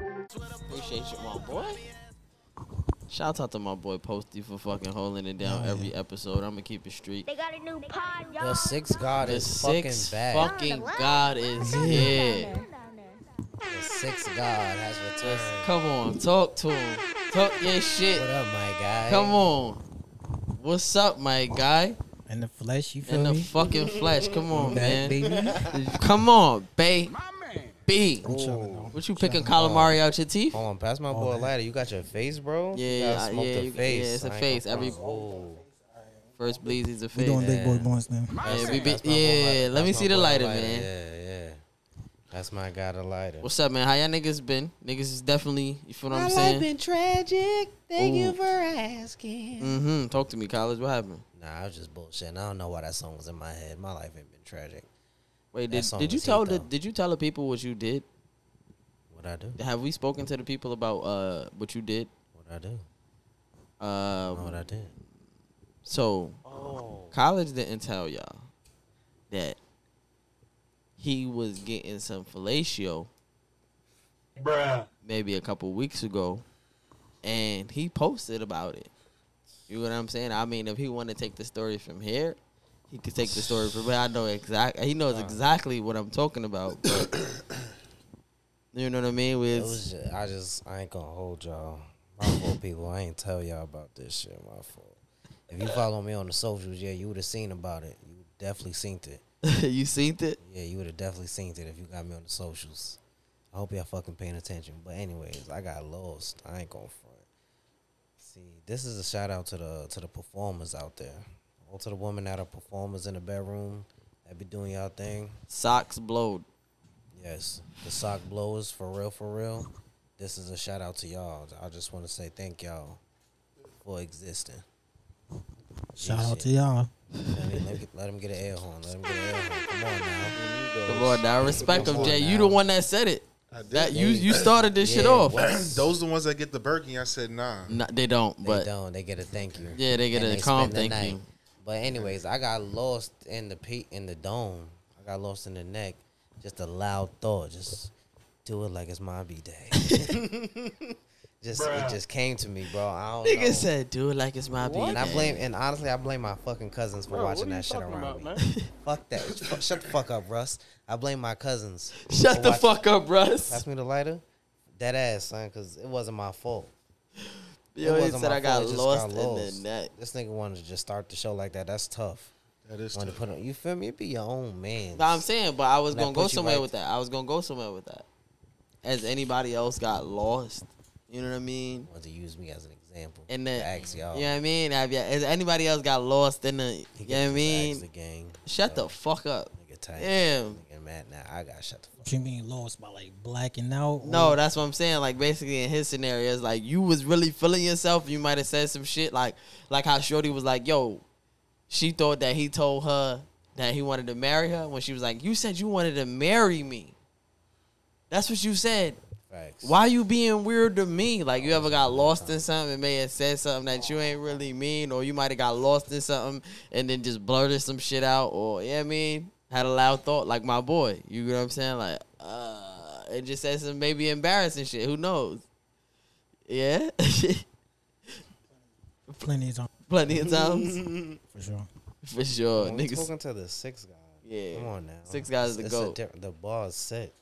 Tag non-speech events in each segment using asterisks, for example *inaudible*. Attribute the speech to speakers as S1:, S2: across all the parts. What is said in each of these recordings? S1: Appreciate you, my boy. Shout out to my boy Posty for fucking holding it down every episode. I'm gonna keep it street.
S2: They got a new pod, y'all.
S3: The six god
S1: The
S3: is fucking
S1: six
S3: back.
S1: fucking
S2: What?
S1: god is here.
S3: The six god has returned.
S1: Come on, talk to him. Talk your shit.
S3: What up, my guy?
S1: Come on. What's up, my guy?
S4: In the flesh, you feel
S1: In the
S4: me?
S1: fucking flesh. Come on,
S4: Back,
S1: man.
S4: baby.
S1: Come on, babe. B.
S4: I'm chilling. though.
S1: What you picking calamari out your teeth?
S3: Hold on, pass my boy a ladder. You got your face, bro.
S1: Yeah,
S3: you gotta
S1: yeah,
S3: smoke
S1: yeah,
S3: the
S1: you- yeah,
S3: face.
S1: it's a
S3: I ain't
S1: face.
S3: gonna
S1: Every-
S3: front. Ooh.
S1: First Bleezy's a
S4: We
S1: face.
S4: doing big boy
S3: Yeah.
S4: blunts now.
S1: Yeah, we be,
S3: That's my boy
S1: yeah
S3: lighter.
S1: let me
S3: That's
S1: see
S3: my
S1: the
S3: boy
S1: lighter, man.
S3: Yeah, yeah. That's my guy, the lighter.
S1: What's up, man? How y'all niggas been? Niggas is definitely, you feel what I'm saying?
S3: been tragic.
S1: Thank you Ooh.
S3: for asking.
S1: Mm-hmm. Talk to me, college. What happened?
S3: Nah, I was just bullshitting. I don't know why that song was in my head. My life ain't been tragic.
S1: Wait,
S3: That
S1: did,
S3: song
S1: did you
S3: was heat,
S1: tell the
S3: though.
S1: did you tell the people what you did?
S3: What I do?
S1: Have we spoken to the people about uh what you did?
S3: What I do? Know
S1: Um,
S3: what I did?
S1: so
S3: Oh.
S1: college didn't tell y'all that he was getting some fellatio, bruh, maybe a couple weeks ago, and he posted about it. You know what I'm saying? I mean, if he want to take the story from here, he could take the story from. But I know exact. He knows exactly what I'm talking about. But
S3: *coughs*
S1: you know what I mean?
S3: It
S1: With
S3: was just, I just I ain't gonna hold y'all. My fault, people. I ain't tell y'all about this shit. My fault. If you follow me on the socials, yeah, you would have seen about it. You definitely seen it.
S1: *laughs* you seen it?
S3: Yeah, you would have definitely seen it if you got me on the socials. I hope y'all fucking paying attention. But anyways, I got lost. I ain't gonna front. See, this is a shout out to the to the performers out there. All to the women that are performers in the bedroom that be doing y'all thing.
S1: Socks blowed.
S3: Yes, the sock blowers for real, for real. This is a shout out to y'all. I just want to say thank y'all
S1: *laughs*
S3: for existing.
S4: Shout
S3: Yeah.
S4: out to y'all.
S3: I mean, let, me- let them get an air horn. Let them get an air horn. Come on now.
S1: Come on now, respect
S3: Come
S1: him,
S3: on
S1: Jay. You
S3: now.
S1: the one that said it.
S5: I did.
S1: That you
S3: Yeah.
S1: you started this shit
S3: Yeah,
S1: off.
S3: Wes.
S5: Those the ones that get the Birkin. I said, nah.
S1: No, they don't,
S3: They
S1: but
S3: don't. They get a thank you.
S1: Yeah, they get
S3: And
S1: a calm
S3: spend the
S1: thank
S3: night.
S1: you.
S3: But anyways, I got lost in the pe- in the dome. I got lost in the neck. Just a loud thought. Just do it like it's my b
S1: *laughs*
S3: day. just it just came to me, bro. I don't know.
S1: nigga said, "Do it like it's my beat."
S3: And I blame, and honestly, I blame my fucking cousins for watching that shit around me. Fuck that. Fu- Shut the fuck up, Russ. I blame my cousins.
S1: Shut
S3: for
S1: the
S3: watch-
S1: fuck up, Russ.
S3: Pass me the lighter. Dead ass, son, because it wasn't my fault. It
S1: Yo, he
S3: wasn't
S1: said
S3: my
S1: I got
S3: fault. It just
S1: lost
S3: got lost.
S1: in the net.
S3: This nigga wanted to just start the show like that. That's tough.
S5: That is
S3: Wanted to
S5: tough.
S3: put on, you feel me? It be your own man.
S1: No, I'm saying, but I was
S3: That
S1: gonna go
S3: put you
S1: somewhere
S3: right-
S1: with that. I was gonna go somewhere with that. As anybody else got lost, you know what I mean?
S3: Wanted to use me as an example.
S1: And
S3: to
S1: then,
S3: ask y'all.
S1: you know what I mean? Have ya- has anybody else got lost in the? You
S3: He
S1: know what I
S3: could just ask
S1: mean?
S3: The gang.
S1: Shut the fuck up.
S3: Nigga tight.
S1: Damn.
S3: Nigga mad now. I got to shut the fuck
S4: What you mean lost by like blacking out?
S1: No,
S4: Or-
S1: that's what I'm saying. Like basically in his scenario, it's like you was really feeling yourself. You might have said some shit like like how Shorty was like, yo, she thought that he told her that he wanted to marry her when she was like, You said you wanted to marry me. That's what you said.
S3: up. Facts.
S1: Why you being weird to me? Like you ever got lost in something and may have said something that you ain't really mean, or you might have got lost in something and then just blurted some shit out, or yeah, I mean, had a loud thought like my boy. You know what I'm saying? Like, uh, and just said some maybe embarrassing shit. Who knows? Yeah, *laughs*
S4: plenty of time
S1: plenty of
S3: *laughs*
S1: times
S4: for sure.
S1: for sure.
S3: When we
S1: Niggas,
S3: talking to the six guy.
S1: Yeah.
S3: Come on now.
S1: Six guys is the
S3: It's a
S1: goat.
S3: diff- the bar is set.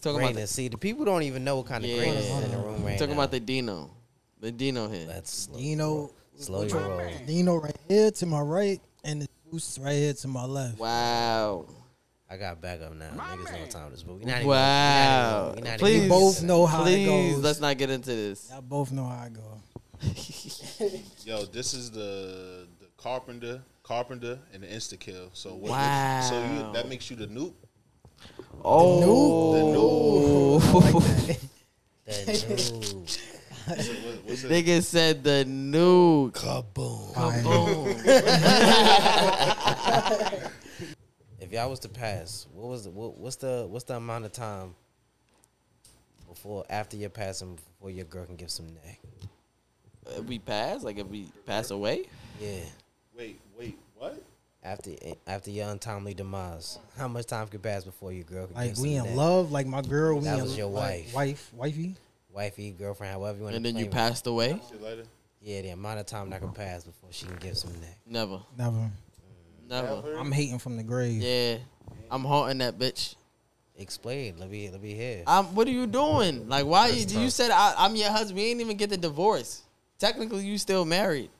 S1: talking about the,
S3: Greatness. See, the people don't even know what kind of greatness is in the room right
S1: talking
S3: now.
S1: about the Dino, the Dino here.
S3: That's slow.
S4: You know,
S3: slow your roll.
S4: Dino right here to my right, and the Juice right here to my left.
S1: Wow.
S3: I got back up now. Niggas know what time it is, but we not even.
S1: Wow.
S3: We not even, we not
S1: Please.
S3: even
S4: We both know how it
S1: Please,
S4: goes.
S1: let's not get into this.
S4: Y'all both know how it goes.
S5: Yo, this is the the carpenter, carpenter, and the insta kill. So what
S1: Wow.
S5: So you, that makes you the noob.
S1: Oh,
S5: The noob.
S1: *laughs*
S3: The Jew.
S5: So what- what's it?
S1: Nigga said the new
S3: Kaboom.
S1: kaboom.
S3: If y'all was to pass, what was the, what, what's the what's the amount of time before after your passing before your girl can give some neck?
S1: Uh, If we pass, like if we pass away,
S3: Yeah.
S5: Wait, wait, what?
S3: after after your untimely demise, how much time could pass before your girl could
S4: Like
S3: get
S4: we
S3: some of
S4: in
S3: that?
S4: love, like my girl, we
S3: That
S4: in
S3: was your
S4: like,
S3: wife.
S4: wife, wifey.
S3: wifey, girlfriend, however you want
S1: and
S3: to
S1: then you
S3: claim it.
S1: passed away?
S5: See you later.
S3: Yeah, the amount of time that could pass before she can give some of that.
S1: Never,
S4: Never.
S1: never.
S4: I'm hating from the grave.
S1: Yeah, I'm haunting that bitch.
S3: Explain. Let me let me hear.
S1: I'm, what are you doing? Like, why you, you said I, I'm your husband? We ain't even get the divorce. Technically, you still married.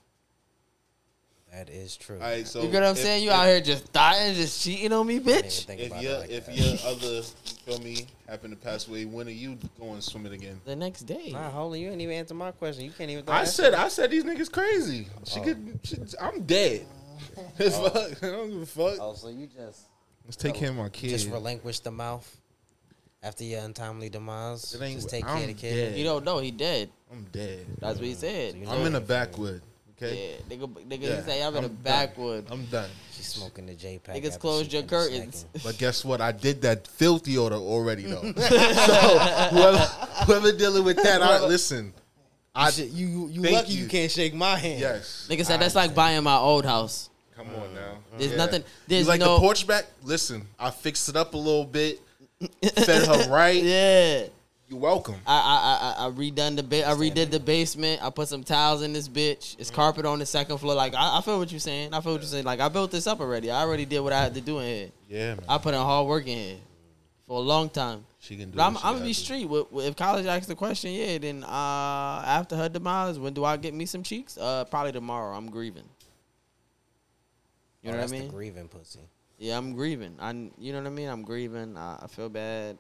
S3: that is true.
S5: All right, so
S1: you get what I'm
S5: if-
S1: saying? You
S5: if-
S1: out here just dying, just cheating on me,
S3: I didn't even
S1: bitch.
S3: think
S5: If
S3: about
S5: your
S3: it like
S5: if
S3: that.
S5: your other you feel me happen to pass away, when are you going swimming again?
S1: The next day.
S3: Nah, hold on. You didn't even answer my question. You can't even. throw
S5: I
S3: that
S5: said I said these niggas crazy. She could. She, I'm dead. *laughs*
S1: Oh.
S5: fuck. I don't give a
S3: shit.
S5: fuck.
S3: Oh, so you just
S5: Let's take care of my kids.
S3: just relinquish the mouth after your untimely demise.
S5: It ain't-
S3: Just take care of
S5: I'm
S3: the kid.
S1: You don't know. He dead.
S5: I'm dead.
S1: That's what he said.
S3: So you
S5: I'm in a backwood. Okay.
S1: Yeah, nigga, nigga,
S5: Yeah,
S1: he say I'm, in the
S5: I'm done.
S1: backwood.
S5: I'm done.
S3: She's smoking the J pack.
S1: Niggas closed your curtains.
S5: But guess what? I did that filthy order already though. *laughs* so whoever, whoever dealing with that, I listen. I
S3: you you
S5: Thank lucky you you.
S3: can't shake my hand.
S5: yes.
S1: Nigga said that's like buying my old house.
S5: Come on now.
S1: There's nothing-
S5: You
S1: there's
S5: like
S1: no-
S5: the porch back. Listen, I fixed it up a little bit.
S1: *laughs*
S5: fed her right.
S1: Yeah.
S5: You're welcome.
S1: I I I, I redone the ba- I redid the basement. I put some tiles in this bitch.
S5: Mm-hmm.
S1: It's carpet on the second floor. Like I, I feel what you're saying. I feel what you're saying. Like I built this up already. I already did what I had to do in here.
S5: Yeah, man.
S1: I put in hard work in here for a long time.
S5: she can do.
S1: But I'm,
S5: what she
S1: I'm gonna be
S5: gotta do.
S1: street. With, with- if college asks the question, yeah, then uh, after her demise, when do I get me some cheeks? Uh, probably tomorrow. I'm grieving. You know
S3: Oh, that's
S1: what I
S3: the
S1: mean?
S3: grieving pussy.
S1: Yeah, I'm grieving. I, you know what I mean? I'm grieving. I, I feel bad.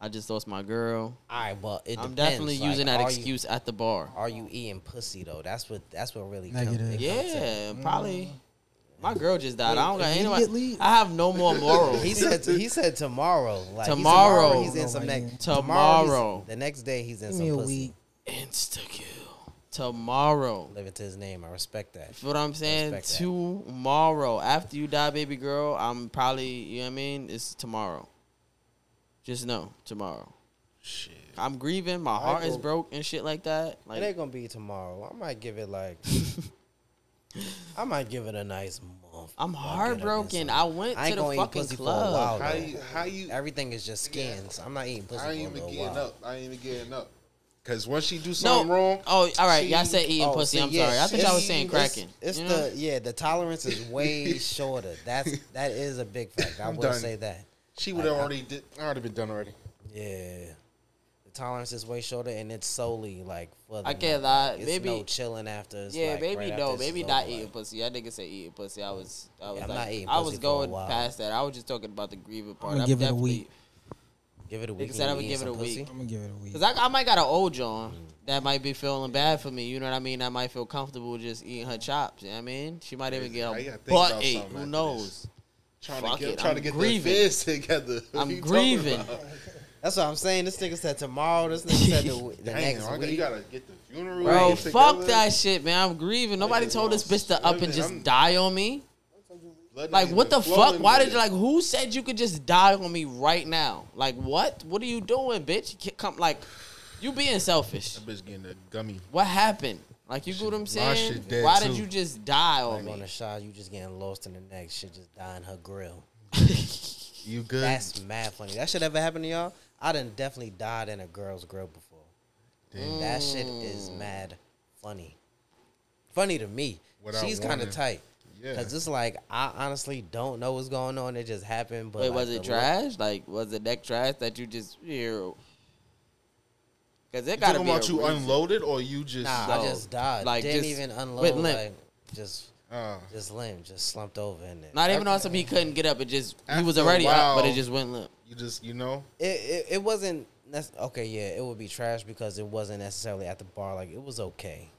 S1: I just lost my girl.
S3: All right, well, it
S1: I'm
S3: depends.
S1: definitely
S3: Like,
S1: using that
S3: are you-
S1: excuse at the bar.
S3: are you eating pussy though? That's what. That's what Mm-hmm. really. comes-
S4: Negative.
S3: it comes to-
S1: Yeah, probably. My girl just died. I don't got anybody.
S4: Immediately?
S1: I have no more morals.
S3: He said. He said tomorrow. Like, he's
S1: Tomorrow.
S3: He's in some next.
S1: Tomorrow.
S3: he's- The next day he's in
S4: Give
S3: some
S4: me a
S3: pussy.
S4: week.
S1: Insta kill tomorrow.
S3: Living to his name. I respect that.
S1: Feel what I'm saying?
S3: Respect that.
S1: Tomorrow, after you die, baby girl, I'm probably. You know what I mean? It's tomorrow. Just know tomorrow.
S5: Shit.
S1: I'm grieving. My heart is
S3: go-
S1: broke and shit like that.
S3: it ain't
S1: Like
S3: gonna be tomorrow. I might give it
S5: *laughs*
S3: like. I might give it a nice month.
S1: I'm
S3: before I get up in
S1: heartbroken.
S3: some-
S1: I went
S3: I
S1: to
S3: ain't
S1: the
S3: gonna eat
S1: fucking
S3: pussy for a while.
S1: club.
S5: How you? How you?
S3: Everything is just skins. I'm not eating pussy. for
S5: I ain't
S3: a
S5: even
S3: little
S5: getting
S3: while.
S5: up. I ain't even getting up. Cause once she do
S1: No.
S5: something wrong,
S1: Oh, all right. Y'all
S5: she-
S1: said eating
S3: Oh,
S1: pussy.
S3: see,
S1: I'm
S3: yeah,
S1: sorry. I thought
S3: see,
S1: y'all was saying
S3: it's-
S1: cracking.
S3: It's,
S1: You know?
S3: the yeah, the tolerance is
S5: *laughs*
S3: way shorter. That's that is a big fact. I
S5: I'm
S3: will
S5: done.
S3: say that.
S5: she would have already did. I already been done already.
S3: Yeah. The tolerance is way shorter and it's solely like for the
S1: I can't
S3: night.
S1: lie,
S3: It's
S1: baby-
S3: no chilling after it's
S1: yeah,
S3: like
S1: baby,
S3: right after
S1: no,
S3: this is
S1: baby,
S3: over,
S1: not
S3: like,
S1: eating pussy. That nigga say eating pussy. I was, I was
S3: I'm
S1: like,
S3: not eating
S1: I
S3: pussy
S1: was
S3: for a
S1: going
S3: while.
S1: past that. I was just talking about the grieving part.
S4: gonna
S1: I'm
S4: give it a
S1: definitely-
S4: week.
S3: Give it a week.
S1: said
S3: and
S1: I
S3: you
S1: would
S3: eat
S1: give it
S3: some
S1: a week.
S3: pussy?
S4: I'm gonna give it a week.
S1: Cause I, I might got an old John
S3: Mm.
S1: that might be feeling bad for me. You know what I mean? I might feel comfortable just eating her chops. You know what I mean? She might even
S5: Crazy.
S1: get
S5: Now you
S1: her
S5: gotta think
S1: butt
S5: about
S1: ate.
S5: something
S1: Who
S5: after
S1: knows?
S5: Trying
S1: Fuck
S5: to get,
S1: it,
S5: trying
S1: I'm
S5: to get
S1: grieving.
S5: the feds *laughs* together. What
S1: I'm
S5: you talking
S1: grieving.
S5: about?
S3: That's what I'm saying. This nigga said tomorrow. This
S1: *laughs*
S3: nigga said the, w- the
S5: Damn,
S3: next
S5: I gotta- you
S3: week.
S5: gotta get the funeral.
S1: Bro,
S5: together.
S1: fuck that shit, man. I'm grieving. Nobody
S5: Niggas
S1: told this
S5: was
S1: bitch to up and
S5: swimming.
S1: just
S5: I'm-
S1: die on me.
S5: Blood
S1: Like,
S5: ain't
S1: what
S5: even
S1: the fuck?
S5: flowing
S1: Why
S5: with
S1: did
S5: it.
S1: you like? Who said you could just die on me right now? Like, what? What are you doing, bitch? You can't come like, you being selfish.
S5: That bitch getting a gummy.
S1: What happened? Like, you get what I'm
S5: my
S1: saying?
S5: shit dead
S1: Why did
S5: too.
S1: you just die on
S3: Like on
S1: me?
S3: the shot, you just getting lost in the next shit, just dying her grill.
S5: You good?
S3: That's mad funny. That shit ever happened to y'all? I done definitely died in a girl's grill before.
S1: Mm,
S5: Damn.
S3: That shit is mad funny. Funny to me.
S5: Without
S3: She's kind of
S5: warning.
S3: tight.
S5: Yeah.
S3: Cause it's like I honestly don't know what's going on. It just happened. But
S1: Wait,
S3: like,
S1: was
S3: the
S1: it
S3: look-
S1: trash? Like, was the neck trash that you just hear? Because it
S5: You
S1: gotta
S5: talking
S1: be a
S5: about you
S1: reason.
S5: unloaded or you just?
S3: Nah,
S1: No.
S3: I just died.
S1: Like,
S3: Didn't
S1: just
S3: even
S1: went
S3: unload.
S1: limp.
S3: Like just,
S5: Uh,
S3: just limp. Just slumped over in there.
S1: Not even on some he couldn't get up. It just he was
S5: After a
S1: already up, but it
S5: while-
S1: just went limp.
S5: you just you know. *laughs*
S3: it, it, it wasn't nec- okay yeah it would be trash because it wasn't necessarily at the bar like it was okay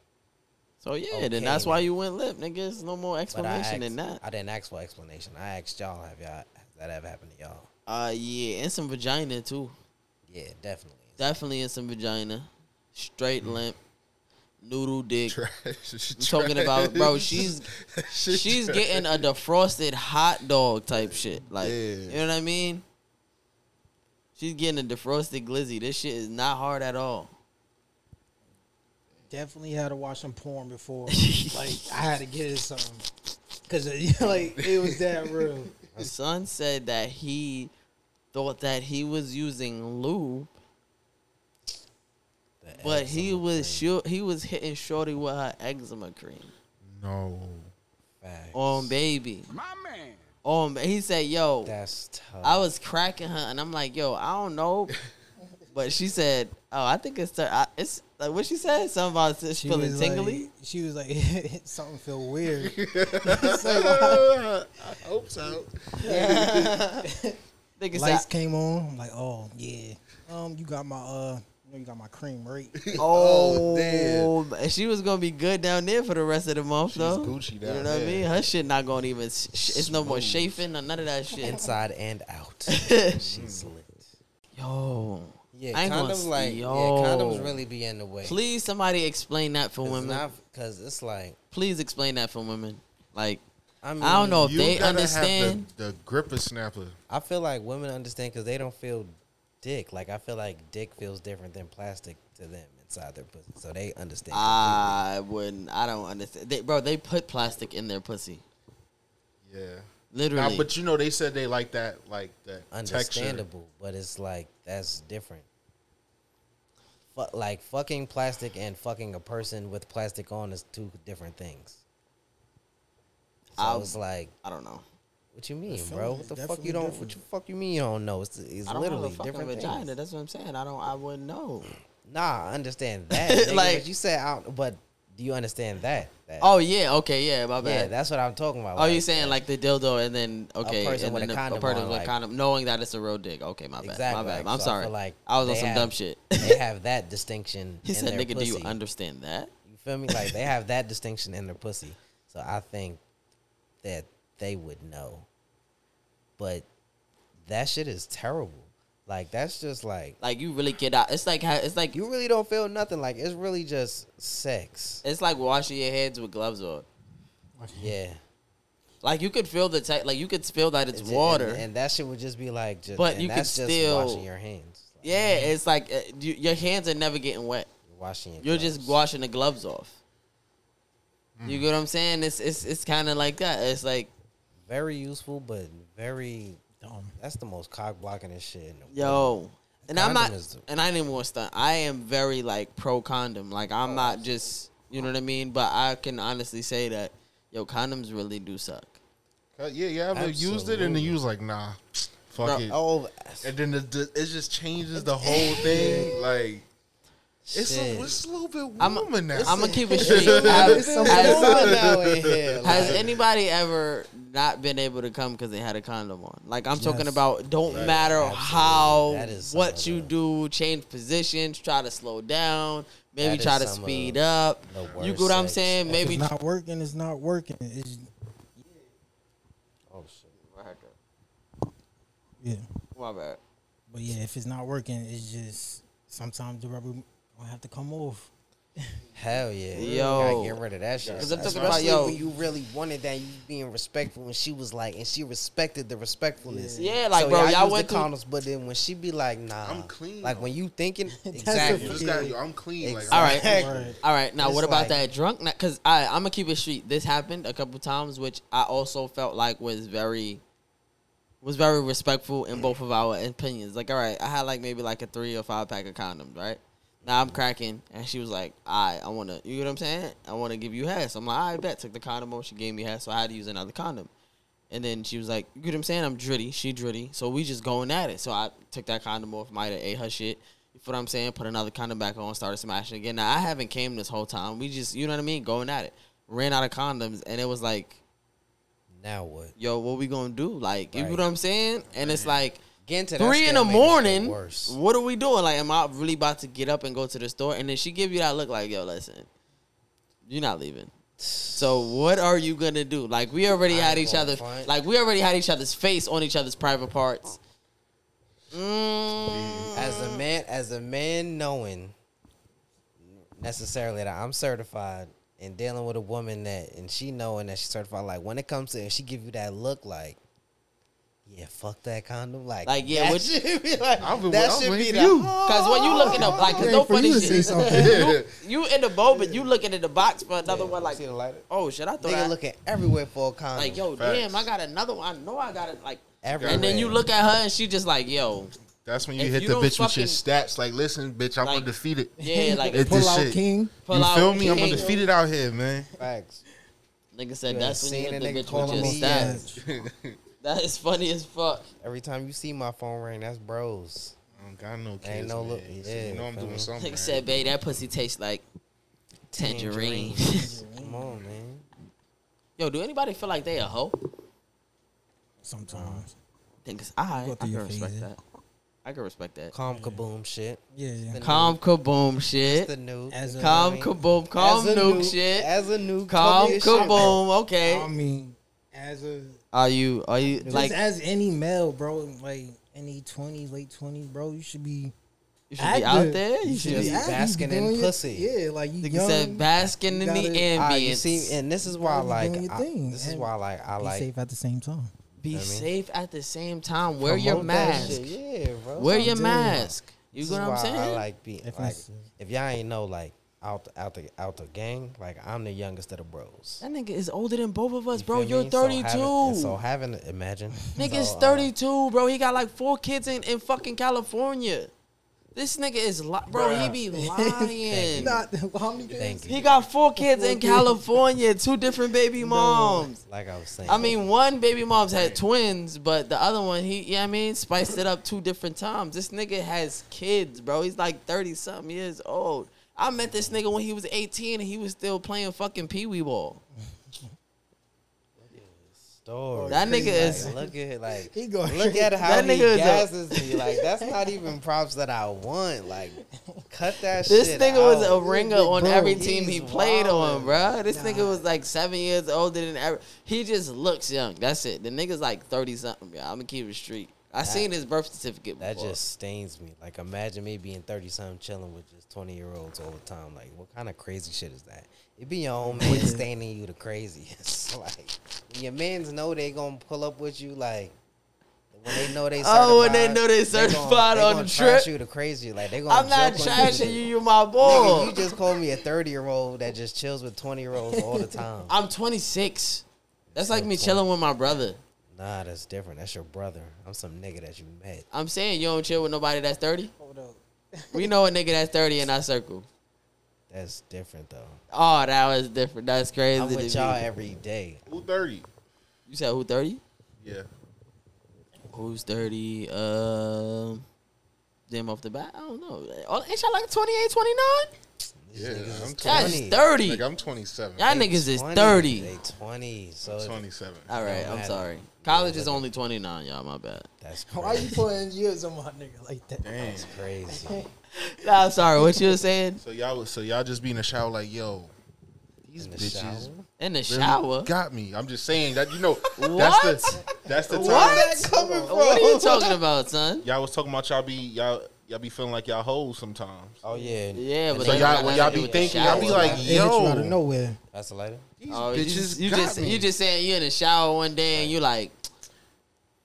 S1: So yeah,
S3: Okay,
S1: then that's why
S3: man.
S1: you went limp, nigga. There's no more
S3: but I,
S1: explanation
S3: asked,
S1: than that.
S3: I didn't ask for explanation i asked y'all have y'all has that ever happened to y'all
S1: Uh, yeah, and some vagina too.
S3: yeah definitely
S1: Definitely in some vagina. Straight
S3: Mm.
S1: limp. Noodle dick.
S5: Trash.
S1: talking about, bro, she's-
S5: *laughs* She
S3: *laughs*
S1: She's
S5: trash.
S1: getting a defrosted hot dog type shit. Like,
S5: Yeah.
S1: you know what I mean? She's getting a defrosted glizzy. This shit is not hard at all. *laughs*
S4: Definitely had to watch some porn before. like I had to get it something. Cause *laughs* uh, like it was that real.
S3: *laughs*
S1: His son said that he thought that he was using lube,
S3: The
S1: but
S3: ass
S1: he
S3: on the
S1: was
S3: thing.
S1: sure he was hitting shorty with her eczema cream
S5: No.
S3: Facts.
S1: on baby. My man. On ba- Oh, he said, "Yo,
S3: That's tough.
S1: I was cracking her, and I'm like, yo, I don't
S5: *laughs*
S1: know." But she said, "Oh, I think it's the, I, it's like what she said. Something about it's
S4: She
S1: feeling
S4: was
S1: tingly."
S4: Like, she was like, *laughs* something feel
S1: *laughs*
S4: weird. It's like, why-
S5: *laughs* I hope so.
S1: Nigga
S4: Lights
S1: said,
S4: came on. I'm like, oh yeah. Um, you got my uh, you, know, you got my
S1: *laughs*
S4: cream right.
S1: "Oh,
S5: Oh, damn.
S1: and she was gonna be good down there for the rest of the month,
S5: She's
S1: though."
S5: Gucci
S1: you know
S5: down
S1: what I
S5: there.
S1: mean? Her shit not gonna even. Sh- sh- it's no more chafing or none of that shit.
S3: inside and out.
S1: *laughs*
S3: She's lit.
S1: Yo,
S3: Yeah,
S1: I ain't gonna
S3: condoms
S1: s-
S3: like yeah,
S1: yo.
S3: condoms really be in the way.
S1: please somebody explain that for
S3: It's
S1: women.
S3: not because it's like
S1: please explain that for women. Like
S3: I mean
S1: I don't know if
S5: You
S1: Oh, they
S5: gotta have the-
S1: understand.
S5: the, gripper snapper.
S3: I feel like women understand because they don't feel dick. Like I feel like dick feels different than plastic to them inside their pussy, so they understand.
S1: Ah, I wouldn't. I don't understand, they, bro. They put plastic in their pussy.
S5: Yeah.
S1: Literally.
S5: Now, but you know they said they like that, like that texture.
S3: understandable, but it's like that's different. But like fucking plastic and fucking a person with plastic on is two different things. So I
S1: I'll-
S3: was like,
S1: I don't know.
S3: "What you mean,
S4: feeling
S3: bro?
S4: is
S3: What the fuck
S4: definitely
S3: you don't?
S4: different.
S3: What you fuck you mean you don't know? It's, it's
S1: I don't
S3: literally
S1: have a fucking
S3: different
S1: vagina.
S3: things.
S1: That's what I'm saying. I don't. I wouldn't know.
S3: Nah, I understand
S1: *laughs*
S3: that. nigga,
S1: Like-
S3: but you said, I don't, but do you understand that? that
S1: Oh yeah. Okay. Yeah. My
S3: yeah,
S1: bad.
S3: that's what I'm talking about.
S1: oh, you saying like the dildo and then okay,
S3: person
S1: and
S3: with
S1: then
S3: a
S1: the-
S3: condom
S1: person
S3: on,
S1: with a
S3: like-
S1: condom, knowing that it's a real dick. Okay, my bad.
S3: Exactly,
S1: My bad.
S3: like,
S1: I'm
S3: so I
S1: sorry.
S3: feel like
S1: I was on
S3: they
S1: some
S3: have-
S1: dumb shit. *laughs*
S3: they have that distinction.
S1: he
S3: in
S1: said,
S3: their
S1: "Nigga, do you
S3: pussy.
S1: understand that?"
S3: You feel me? Like they have that distinction in their pussy. So I think that they would know. But that shit is terrible. Like that's just like
S1: Like you really get out. It's like ha- it's like
S3: you really don't feel nothing. Like it's really just sex.
S1: it's like washing your hands with gloves on.
S3: Yeah.
S1: Like you could feel the te- like you could feel that it's
S3: And-
S1: water.
S3: And, that shit would just be like just
S1: But
S3: and
S1: you could
S3: that's just
S1: still-
S3: washing your hands. Like,
S1: yeah, it's like uh, you, your hands are never getting wet.
S3: you're washing your
S1: You're just
S3: gloves.
S1: washing the gloves off. You get what I'm saying? It's it's it's kind of like that. It's like
S3: very useful but very
S4: Dumb.
S3: that's the most cock blocking and shit in the world.
S1: Yo, and I'm not,
S3: Condom is the-
S1: and I didn't want stunt. I am very like pro condom. Like I'm not just, you know what I mean. But I can honestly say that, yo, condoms really do suck.
S5: Uh, Yeah, you ever used it and then you was like, nah, fuck
S1: Bro,
S5: it.
S3: Oh
S5: And then the, the, it just changes the whole thing. Like it's
S3: shit.
S5: a, it's a little bit
S1: I'm-
S5: warmer now.
S1: I'm gonna
S3: *laughs*
S1: keep it straight. Have-
S3: It's so
S1: has-
S3: warm now in here,
S1: Has
S3: like-
S1: anybody ever not been able to come because they had a condom on? Like I'm talking
S4: Yes.
S1: about, don't
S3: Right.
S1: matter
S3: Absolutely.
S1: how
S3: That is some
S1: what
S3: of
S1: you
S3: the-
S1: do, change positions, try to slow down, maybe
S3: That
S1: try
S3: is
S1: to
S3: some of
S1: speed up.
S3: the
S1: You
S3: worst
S1: get what I'm
S3: sex
S1: saying?
S3: ever.
S1: Maybe
S4: It's not working. It's not working. It's
S3: Oh shit.
S4: yeah.
S1: my bad.
S4: But yeah, if it's not working, it's just sometimes the rubber gonna have to come off.
S3: Hell yeah.
S1: Yo.
S3: You gotta get rid of that shit.
S1: 'Cause I'm talking
S3: Especially
S1: about, yo-
S3: when you really wanted that, you being respectful, and she was like, and she respected the respectfulness.
S1: Yeah, like, bro,
S3: y'all
S1: y'all
S3: use
S1: went
S3: the
S1: through-
S3: condoms, but then when she be like, nah,
S5: I'm clean.
S3: Like when you
S1: *laughs*
S3: thinking,
S5: You
S3: exactly.
S5: just got, yo, I'm clean. Like, *laughs*
S1: All
S5: I'm-
S1: right.
S4: Right.
S1: All right, now
S3: It's
S1: what about
S3: like-
S1: that drunk? Because I, I'm gonna keep it street. This happened a couple times, which I also felt like was very, was very respectful in both of our opinions. Like, all right, I had like maybe like a three or five pack of condoms, right? Now I'm cracking, and she was like, "All right, I want to, you know what I'm saying? I want to give you head." I'm like, "I bet." Took the condom off. She gave me head, so I had to use another condom. And then she was like, "You get what I'm saying? I'm dritty. She dritty. So we just going at it. So I took that condom off, might have ate her shit. You feel what I'm saying? Put another condom back on, started smashing again. Now I haven't came this whole time. We just, you know what I mean, going at it. Ran out of condoms, and it was like,
S3: now what?
S1: yo, what we gonna do? Like, you
S3: Right.
S1: know what I'm saying? And it's like.
S3: Getting to that
S1: Three
S3: scale
S1: in the
S3: made it feel
S1: morning.
S3: Worse.
S1: What are we doing? Like, am I really about to get up and go to the store? And then she give you that look, like, yo, listen, you're not leaving. So what are you gonna do? Like, we already
S3: I
S1: had
S3: ain't
S1: each
S3: gonna
S1: other.
S3: front.
S1: Like, we already had each other's face on each other's private parts. Mm,
S3: As a man, as a man, knowing necessarily that I'm certified and dealing with a woman that, and she knowing that she's certified, like when it comes to, if she give you that look, like Yeah, fuck that condom. Like,
S1: Like, yeah,
S3: that
S1: what-
S3: should be like,
S5: I've been-
S3: that
S5: I'm
S3: should
S5: waiting
S3: be oh,
S5: for
S3: the
S5: you.
S1: Because when you looking up, like, 'cause no
S4: Waiting for
S1: funny
S4: you to
S1: shit.
S4: say *laughs* something.
S5: Yeah.
S1: You in the bowl, but you looking in the box for another one. Like,
S3: see the lighter?
S1: oh shit, I thought
S3: Nigga
S1: I,
S3: looking everywhere for a condom.
S1: like, yo,
S5: Facts.
S1: damn, I got another one. I know I got it. Like,
S3: everywhere.
S1: and then you look at her and she just like, yo,
S5: That's when you
S1: If
S5: hit
S1: you
S5: the
S1: don't
S5: bitch with
S1: fucking-
S5: your stats. Like, listen, bitch, I'm
S1: Like-
S5: undefeated.
S1: yeah, like,
S5: It's
S4: Pull
S5: this
S4: out
S5: shit.
S4: king.
S1: pull
S5: you
S1: out.
S5: feel me? I'm
S1: king.
S5: undefeated out here, man. *laughs*
S3: facts.
S1: Nigga said
S3: You
S1: that's
S3: ain't
S1: when you
S3: seen
S1: hit
S3: a
S1: the
S3: nigga
S1: bitch
S3: call
S1: with your
S3: him
S1: stats.
S3: a
S1: That is funny as fuck.
S3: Every time you see my phone ring, that's bros.
S5: I don't got no kids.
S3: Ain't no
S5: man.
S3: look-
S5: So
S3: yeah,
S5: you know I'm
S3: feel me?
S5: doing something.
S1: Nigga said, babe, that pussy tastes like tangerine.
S3: Come on, man.
S1: *laughs* Yo, do anybody feel like they a hoe?
S4: Sometimes.
S1: Think it's I.
S4: Go
S1: I
S4: through
S1: can
S4: your
S1: respect
S4: phases.
S1: that. I can respect that.
S3: Calm kaboom shit.
S4: Yeah, yeah.
S1: Calm kaboom
S3: It's the
S1: shit.
S3: new.
S4: As a-
S1: Calm
S3: As a
S1: kaboom. Calm nuke
S3: nuke-
S1: shit.
S3: As a new.
S1: Calm kaboom.
S4: I
S1: Okay.
S4: mean, as a
S1: Are you? Are you
S4: just
S1: like?
S4: as any male, bro, like any twenties, late twenties, bro, you should be
S1: You should be out there. You should.
S3: be
S1: be-
S4: active,
S3: basking
S4: doing
S3: in
S4: your-
S3: pussy.
S4: Yeah, like you
S1: Nigga
S4: young,
S1: said, basking in
S4: You
S1: the
S4: gotta-
S3: Ah, you see,
S1: ambience.
S3: and this is why I
S4: Probably
S3: like.
S4: doing your
S3: I-
S4: thing,
S3: this is
S4: and
S3: why I like. I
S4: be
S3: like.
S4: safe at the same time.
S1: Be
S3: I mean?
S1: safe at the same time. Wear your
S3: promote that
S1: mask.
S3: shit. Yeah, bro.
S1: Wear
S4: what
S1: your
S4: I'm doing.
S1: mask. You
S3: This
S1: know what
S3: is
S1: I'm
S3: why I
S1: saying?
S3: like being
S4: If
S3: like.
S4: necessary.
S3: If y'all ain't know, like out the out the out the gang, like I'm the youngest of the bros.
S1: That nigga is older than both of us,
S3: You
S1: bro.
S3: feel
S1: You're
S3: me? So having-
S1: 32.
S3: and So having,
S1: *laughs*
S3: imagine.
S1: Nigga's
S3: So, uh,
S1: 32, bro. He got like four kids in, in fucking California. This nigga is li- bro. He
S3: *laughs*
S5: Bruh.
S1: be lying.
S4: *laughs* Not how many
S3: Thank
S4: days?
S3: you.
S1: he got four kids
S4: Four
S3: *laughs*
S1: in
S4: kids.
S1: California. Two different baby moms.
S3: Like I was saying.
S1: I mean, one baby mom's had twins, but the other one, he, yeah, I mean, spiced it up two different times. This nigga has kids, bro. He's like 30 something years old. I met this nigga when he was 18 and he was still playing fucking pee wee ball.
S3: story.
S1: That nigga
S3: Like,
S1: is-
S3: Look at like.
S4: *laughs* He go
S3: Look at how
S1: That
S3: he
S1: nigga is a-
S3: gasses me. Like that's not even props that I want. Like, cut that
S1: This
S3: shit.
S1: nigga was
S3: out.
S1: a ringer on
S3: Bro,
S1: every team he
S3: he's
S1: played on,
S3: wildin'.
S1: bruh. This nigga was like seven years older than ever. He just looks young. That's it. The nigga's like thirty something. Yeah, I'm gonna keep it straight. I seen his birth certificate.
S3: That
S1: before.
S3: just stains me. Like, imagine me being 30 something chilling with just 20 year olds all the time. Like, what kind of crazy shit is that? It be your own man staining you the craziest. *laughs* like, when your mans know they gonna pull up with you, like, when they know they
S1: *laughs*
S3: certified.
S1: Oh, when they know they
S3: gon-
S1: certified
S3: they
S1: on
S3: gonna
S1: the
S3: trash
S1: trip.
S3: you the crazy. Like, they gonna
S1: I'm not
S3: joke on
S1: trashing you. You my boy.
S3: Nigga, you just called me a 30 year old that just chills with 20 year olds all
S1: *laughs*
S3: the time.
S1: I'm 26. That's like me chilling with my brother.
S3: nah, that's different. That's your brother. I'm some nigga that you met.
S1: I'm saying you don't chill with nobody that's 30.
S4: Hold up.
S1: We know a nigga that's 30 in our circle.
S3: That's different, though.
S1: Oh, that was different. That's crazy.
S3: I'm with
S1: to me.
S3: y'all every day.
S5: Who 30?
S1: You said who 30?
S5: Yeah.
S1: Who's 30? Um, them off the bat? I don't know. Oh, Ain't y'all like 28, 29?
S3: These
S5: Yeah,
S3: niggas
S5: I'm
S3: is
S5: trying-
S1: That's
S3: 20.
S1: 30.
S5: Like, I'm 27.
S1: Y'all
S3: They
S1: niggas is
S3: 20,
S1: 30.
S3: They 20. So it's-
S5: 27.
S1: All right,
S3: Don't
S1: I'm
S3: matter.
S1: sorry. College is only 29, y'all. My
S3: *laughs*
S1: bad.
S3: that's
S4: Why you
S3: crazy.
S4: putting years on my nigga like that?
S5: Damn.
S3: That's
S1: *laughs*
S3: crazy.
S1: Nah, I'm sorry. What you were saying?
S5: So y'all, was- so y'all just be in the shower like, yo, these
S3: In the
S5: bitches
S3: shower?
S1: In the
S5: really
S1: shower?
S5: got me. I'm just saying that you know that's
S1: What?
S5: the that's the time.
S1: What?
S3: coming from?
S1: What are you talking about, son?
S5: Y'all was talking about y'all be y'all y'all be feeling like y'all hoes sometimes.
S3: Oh yeah.
S1: Yeah, but
S5: So
S1: that
S5: y'all-
S1: don't got
S5: when y'all
S1: nothing
S5: be
S1: to do with the
S5: thinking, y'all be
S1: shower.
S5: like,
S4: It hit you out of
S5: Yo.
S4: nowhere.
S3: That's a lighter.
S5: These
S1: Oh, you
S5: bitches
S1: just, you
S5: got
S1: just
S5: me.
S1: you just saying you in the shower one day and you like,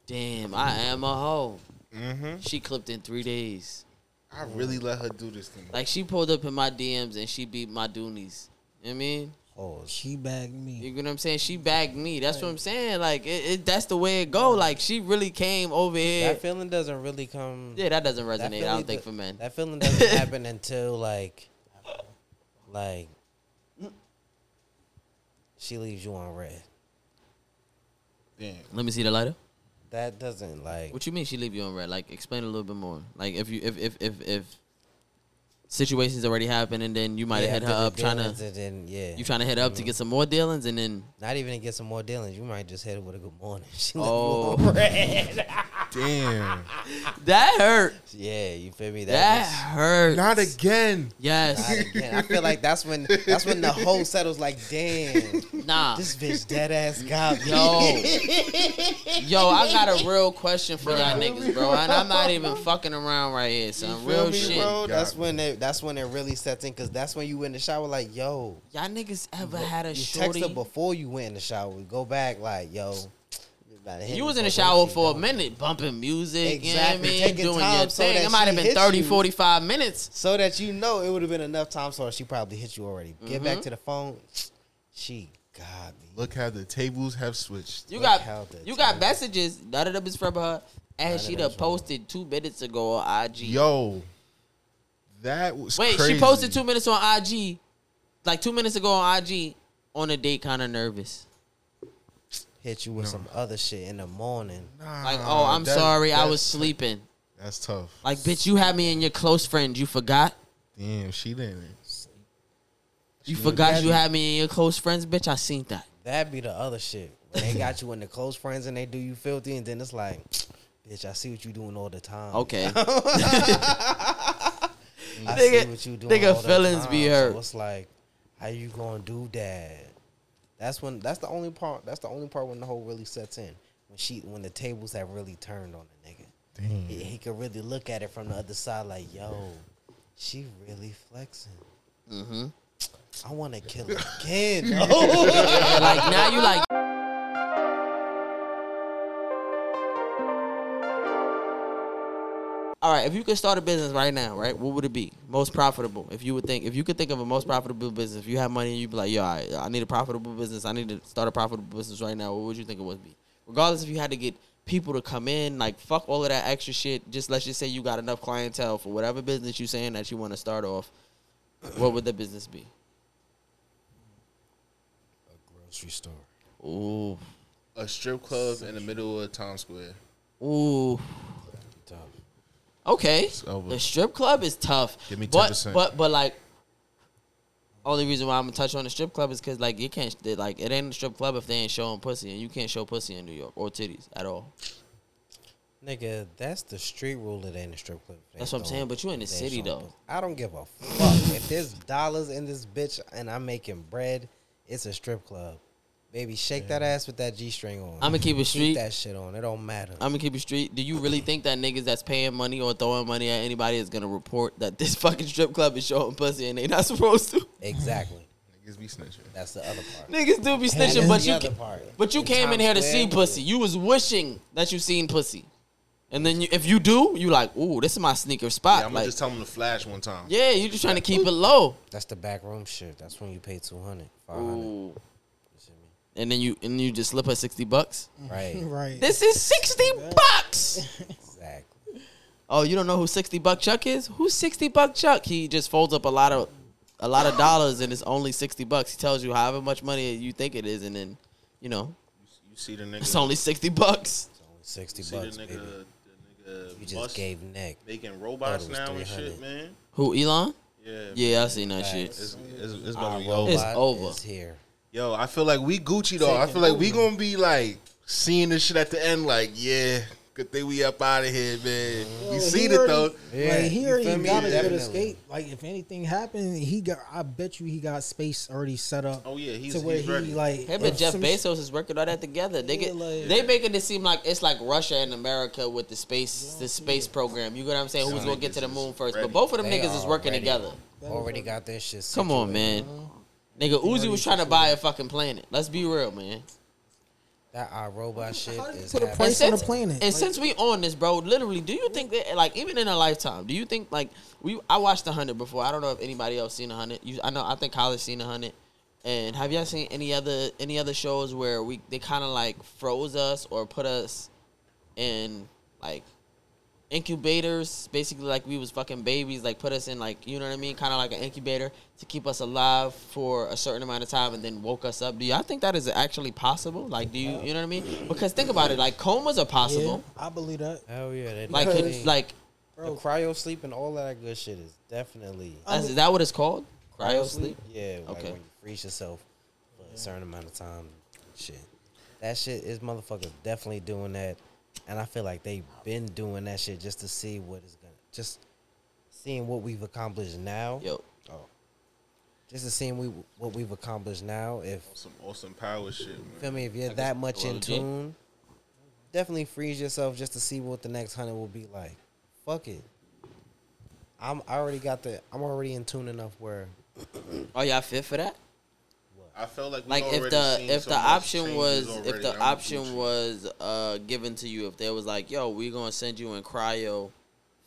S1: damn, I am a hoe.
S5: mm-hmm.
S1: She clipped in three days.
S5: I really let her do this thing.
S1: Like she pulled up in my DMs and she beat my doonies. You know what I mean?
S3: Oh, sh-
S4: She bagged me.
S1: You know what I'm saying? She bagged me. That's what I'm saying. Like it, it that's the way it go. Like she really came over here.
S3: that feeling doesn't really come.
S1: Yeah, that doesn't
S3: that
S1: resonate. I
S3: feeling
S1: don't think
S3: do-
S1: for men.
S3: That
S1: *laughs*
S3: feeling doesn't happen until like, like, she leaves you on red.
S5: Damn.
S1: Let me see the lighter.
S3: That doesn't like.
S1: What you mean she leave you on red? Like explain a little bit more. Like if you if if if if situations already happened and then you might
S3: yeah,
S1: have hit
S3: after
S1: her
S3: the
S1: up trying to
S3: dealings and Then, yeah.
S1: you trying to hit her up to get some more dealings and then
S3: Not even to get some more dealings. You might just hit her with a good morning. *laughs* She left
S1: Oh.
S3: you on red.
S1: *laughs*
S5: Damn.
S1: that hurt.
S3: Yeah, you feel me?
S1: That
S3: was-
S1: hurt.
S5: Not again.
S3: God, *laughs*
S1: Yes.
S3: again, I feel like that's when that's when the whole settles like, damn,
S1: Nah.
S3: this bitch dead ass got me.
S1: Yo. Yo, I got a real question for y'all niggas, bro. And I'm not even fucking around right here,
S3: You
S1: son. *laughs*
S3: feel
S1: Real
S3: me,
S1: shit.
S3: bro? That's
S5: Got
S3: when it that's when it really sets in because that's when you in the shower like, yo,
S1: Y'all niggas ever had a
S3: you text her
S1: shorty?
S3: before you went in the shower. Go back like, yo,
S2: About
S1: You was in the shower for a minute, bumping music,
S2: Exactly.
S1: you know what I mean?
S2: Taking
S1: Doing
S2: time
S1: your
S2: so
S1: thing.
S2: that
S1: it might have
S2: she
S1: been
S2: hits
S1: 30,
S2: you.
S1: 45 minutes.
S2: So that you know it would have been enough time so she probably hit you already. Get
S1: Mm-hmm.
S2: back to the phone. She got me.
S5: Look how the tables have switched.
S1: You
S2: Look how
S1: got
S2: the
S1: you got
S2: time-
S1: messages. None of them is from her. And she done posted two minutes ago on IG.
S5: Yo, that was
S1: Wait,
S5: crazy.
S1: she posted two minutes on IG, like two minutes ago on IG, on a date, kind of nervous.
S2: Hit you with some other shit in the morning.
S5: Nah,
S1: Like, oh, I'm
S5: Uh, that-
S1: sorry, I
S5: that's-
S1: was sleeping.
S5: *laughs* That's tough.
S1: Like, bitch, you had me in your close friends. You forgot.
S5: Damn, she didn't.
S1: You forgot you had me in your close friends, bitch. I seen that.
S3: That be the other shit.
S2: When they got you in the close friends and they do you filthy, and then it's like, bitch, I see what you doing all the time.
S1: Okay.
S2: I
S1: Nigga-
S2: see what you doing.
S1: nigga
S2: all the
S1: feelings be
S2: time.
S1: hurt.
S2: So it's like, how you gonna do that? That's when. That's the only part. That's the only part when the whole really sets in. When she, when the tables have really turned on the nigga.
S5: Damn.
S2: He, he could really look at it from the other side, like, yo, she really flexing.
S1: mm-hmm.
S2: I want to kill her again. Oh,
S1: Yeah, like now you like. All right, if you could start a business right now, right, what would it be? Most profitable. If you would think, if you could think of a most profitable business, if you have money and you'd be like, yo, I, I need a profitable business. I need to start a profitable business right now. What would you think it would be? Regardless if you had to get people to come in, like fuck all of that extra shit. Just let's just say you got enough clientele for whatever business you're saying that you want to start off. What would the business be?
S3: Grocery store.
S1: Ooh.
S5: A strip club in the middle of Times Square.
S1: Ooh. Okay.
S5: over.
S1: The strip club is tough.
S5: Give me
S1: but,
S5: 10%.
S1: But but like only reason why I'm gonna touch on the strip club is because like you can't they- like it ain't a strip club if they ain't showing pussy and you can't show pussy in New York or titties at all.
S3: Nigga, that's the street rule that ain't a strip club. They
S1: That's what I'm
S3: don't-
S1: saying, but you in the
S3: they
S1: city,
S3: don't-
S1: though.
S3: I don't give a fuck. if there's dollars in this bitch and I'm making bread, it's a strip club. Baby, shake that ass with that G string on.
S1: I'ma keep it street.
S3: that shit on. It don't matter.
S1: I'm gonna keep it street. Do you really think that niggas that's paying money or throwing money at anybody is gonna report that this *laughs* fucking strip club is showing pussy and they not supposed to?
S3: exactly.
S5: Niggas be snitching.
S3: That's the other part.
S1: Niggas do be
S3: That's
S1: snitching, but
S3: the
S1: you
S3: other
S1: ca-
S3: part.
S1: But you came in here to
S3: Times
S1: see
S3: Square.
S1: pussy. You was wishing that you seen pussy, and then you, if you do, you like, ooh, this is my sneaker
S5: Yeah,
S1: spot.
S5: I'm
S1: Yeah,
S5: gonna
S1: like,
S5: just tell them to flash one time.
S1: yeah, you just trying to keep it low.
S3: That's the back room shit. That's when you pay 200, 500.
S1: Ooh. And then you and you just slip her sixty bucks. *laughs*
S3: Right.
S4: Right.
S1: This is sixty bucks.
S3: Exactly.
S1: Oh, you don't know who sixty buck Chuck is? Who's sixty buck Chuck? He just folds up a lot of a lot of dollars, and it's only sixty bucks. He tells you however much money you think it is, and then you know
S5: You see the nigga.
S1: it's only sixty bucks.
S3: It's only 60
S5: you see
S3: bucks,
S5: the nigga.
S3: baby.
S5: The nigga.
S3: You just
S5: bust
S3: gave neck.
S5: making robots
S3: Thought it was
S5: now and
S3: 300.
S5: shit, man.
S1: Who Elon?
S5: Yeah.
S1: Yeah, I seen that
S5: It's,
S1: shit.
S5: it's, it's about
S3: Our
S5: to be
S3: robot
S5: over.
S1: It's over.
S3: is here.
S5: Yo, I feel like we Gucci though. I feel like we gonna be like seeing this shit at the end. Like, yeah, good thing we up out of here, man.
S4: Yeah,
S5: we
S4: he
S5: seen it
S4: already-
S5: though.
S3: Yeah,
S4: like he
S3: you
S4: already
S3: feel me?
S4: got a good
S3: Definitely.
S4: escape. Like if anything happened, he got. I bet you he got space already set up.
S5: Oh yeah, he's,
S4: to where
S5: he's
S4: he
S5: ready.
S4: like.
S1: Him
S4: if
S1: and Jeff
S4: some sh-
S1: Bezos is working all that together. They
S4: Yeah,
S1: get
S4: like-
S1: they making it seem like it's like Russia and America with the space the space program. You get what I'm saying? Who's
S5: Some
S1: gonna get to the
S5: niggas
S1: moon
S5: is
S1: first?
S5: ready.
S1: But both of them
S3: They
S1: niggas is
S3: are
S1: working
S3: ready.
S1: together.
S3: Already got this shit.
S1: Come on,
S3: situated.
S1: man. Nigga, Uzi was trying to buy a fucking planet. Let's be real, man.
S3: That our robot shit is
S4: put a
S3: happening.
S1: And
S4: price on the
S1: since-
S4: planet,
S1: And
S4: like-
S1: since we on this, bro, literally, do you think that like even in a lifetime, do you think like we? I watched the hundred before. I don't know if anybody else seen the hundred. You, I know. I think Hollis seen the hundred. And have y'all seen any other any other shows where we they kind of like froze us or put us in like incubators, basically like we was fucking babies, like put us in like you know what I mean, kind of like an incubator to keep us alive for a certain amount of time and then woke us up. Do y'all think that is actually possible? Like, do you you know what I mean? Because think about it, like comas are
S4: Yeah,
S1: possible.
S4: I believe that.
S3: *laughs* Hell yeah. They
S1: Like,
S3: definitely-
S1: it, like
S3: the cryo sleep and all that good shit is definitely
S1: that's, is that what it's called? Cryo sleep.
S3: Yeah, like
S1: Okay.
S3: when you freeze yourself for a certain amount of time. Shit. That shit is motherfuckers definitely doing that. And I feel like they've been doing that shit just to see what is gonna just seeing what we've accomplished now.
S1: Yo,
S3: Just to seeing we what we've accomplished now. If
S5: Some awesome power shit,
S3: feel
S5: man.
S3: me, if you're
S1: guess
S3: that much
S1: we'll
S3: in
S1: do it.
S3: tune, definitely freeze yourself just to see what the next hundred will be like. Fuck it. I'm I already got the I'm already in tune enough where
S1: Oh, are y'all fit for that?
S5: I I feel like we
S1: Like if
S5: already
S1: the
S5: seen
S1: if
S5: so
S1: the
S5: much
S1: option
S5: changes
S1: was
S5: already,
S1: if the
S5: I'm
S1: option
S5: Gucci.
S1: was uh given to you if they was like yo we gonna send you in cryo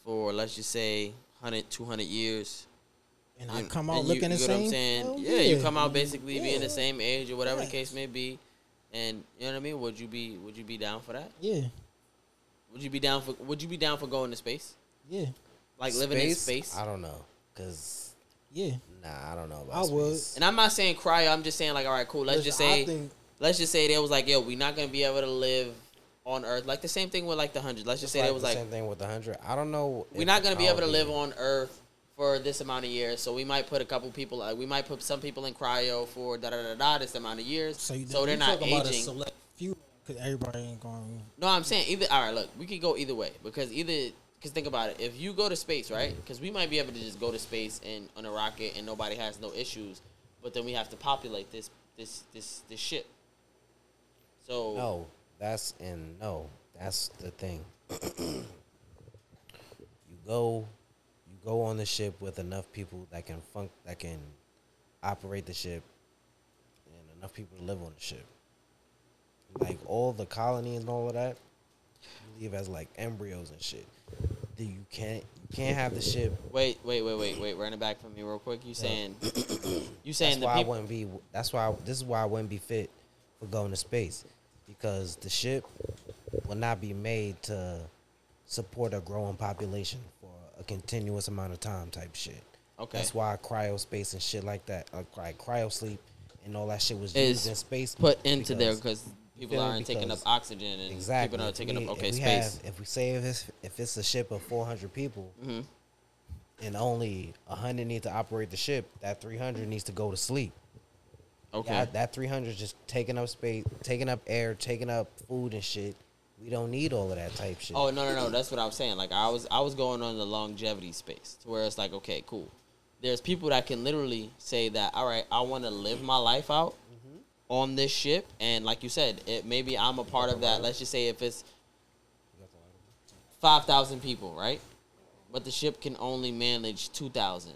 S1: for let's just say 100 200 years
S4: And I
S1: And-
S4: come out
S1: and
S4: looking the
S1: get
S4: same.
S1: What I'm saying?
S4: Hell
S1: yeah, you come out basically being
S4: Yeah.
S1: the same age or whatever the
S4: Yeah.
S1: case may be, and you know what I mean. Would you be Would you be down for that?
S4: Yeah,
S1: Would you be down for Would you be down for going to space?
S4: yeah,
S1: Like living in space?
S3: I don't know, cause
S4: yeah.
S3: nah, I don't know about
S4: I would.
S3: space.
S1: And I'm not saying cryo. I'm just saying like, all right, cool. Let's just
S4: Listen, I
S1: say,
S4: think-
S1: let's just say they was like, yo, we're not gonna be able to live on Earth. Like the same thing with like the hundred. Let's just say
S3: Like
S1: they was
S3: the
S1: like,
S3: same thing with the hundred. I don't know.
S1: we're
S3: if
S1: not gonna be
S3: I
S1: able to
S3: would
S1: live on Earth for this amount of years. So we might put a couple people. Like, we might put some people in cryo for da da da da this amount of years. So,
S4: So, you,
S1: they're
S4: you
S1: not
S4: talking about a
S1: aging.
S4: select few because everybody ain't going.
S1: No, I'm saying either. All right, look, we could go either way because either. Because think about it, if you go to space, right?
S4: Mm-hmm.
S1: Because we might be able to just go to space and on a rocket and nobody has no issues, but then we have to populate this this this this ship. So
S3: No, that's and no, that's the thing. *clears throat* you go, you go on the ship with enough people that can funk that can operate the ship, and enough people to live on the ship. Like all the colony and all of that, you leave as like embryos and shit. Then you can't you can't have the ship.
S1: wait, wait, wait, wait, wait. Run it back for me real quick. You
S3: *coughs*
S1: saying you
S3: That's
S1: saying the
S3: why I
S1: people?
S3: wouldn't be. That's why I- this is why I wouldn't be fit for going to space because the ship will not be made to support a growing population for a continuous amount of time, type shit.
S1: Okay.
S3: That's why cryo space and shit like that, uh, like cryo sleep and all that shit was
S1: Is
S3: used in space.
S1: put into there
S3: because-
S1: because people
S3: feel me?
S1: aren't taking up
S3: Because-
S1: oxygen and
S3: Exactly.
S1: people are
S3: If
S1: taking
S3: we-
S1: up okay
S3: if we
S1: space.
S3: Have, if we say if it's, if it's a ship of 400 people
S1: Mhm.
S3: and only 100 need to operate the ship, that 300 needs to go to sleep.
S1: okay,
S3: That, that 300 is just taking up space, taking up air, taking up food and shit. We don't need all of that type shit.
S1: Oh no no no! That's what I was saying. Like I was I was going on the longevity space to where it's like okay cool. There's people that can literally say that all right I want to live my life out
S3: Mm-hmm.
S1: on this ship and like you said it maybe I'm a part of that. Let's just say if it's five thousand people right, but the ship can only manage two thousand.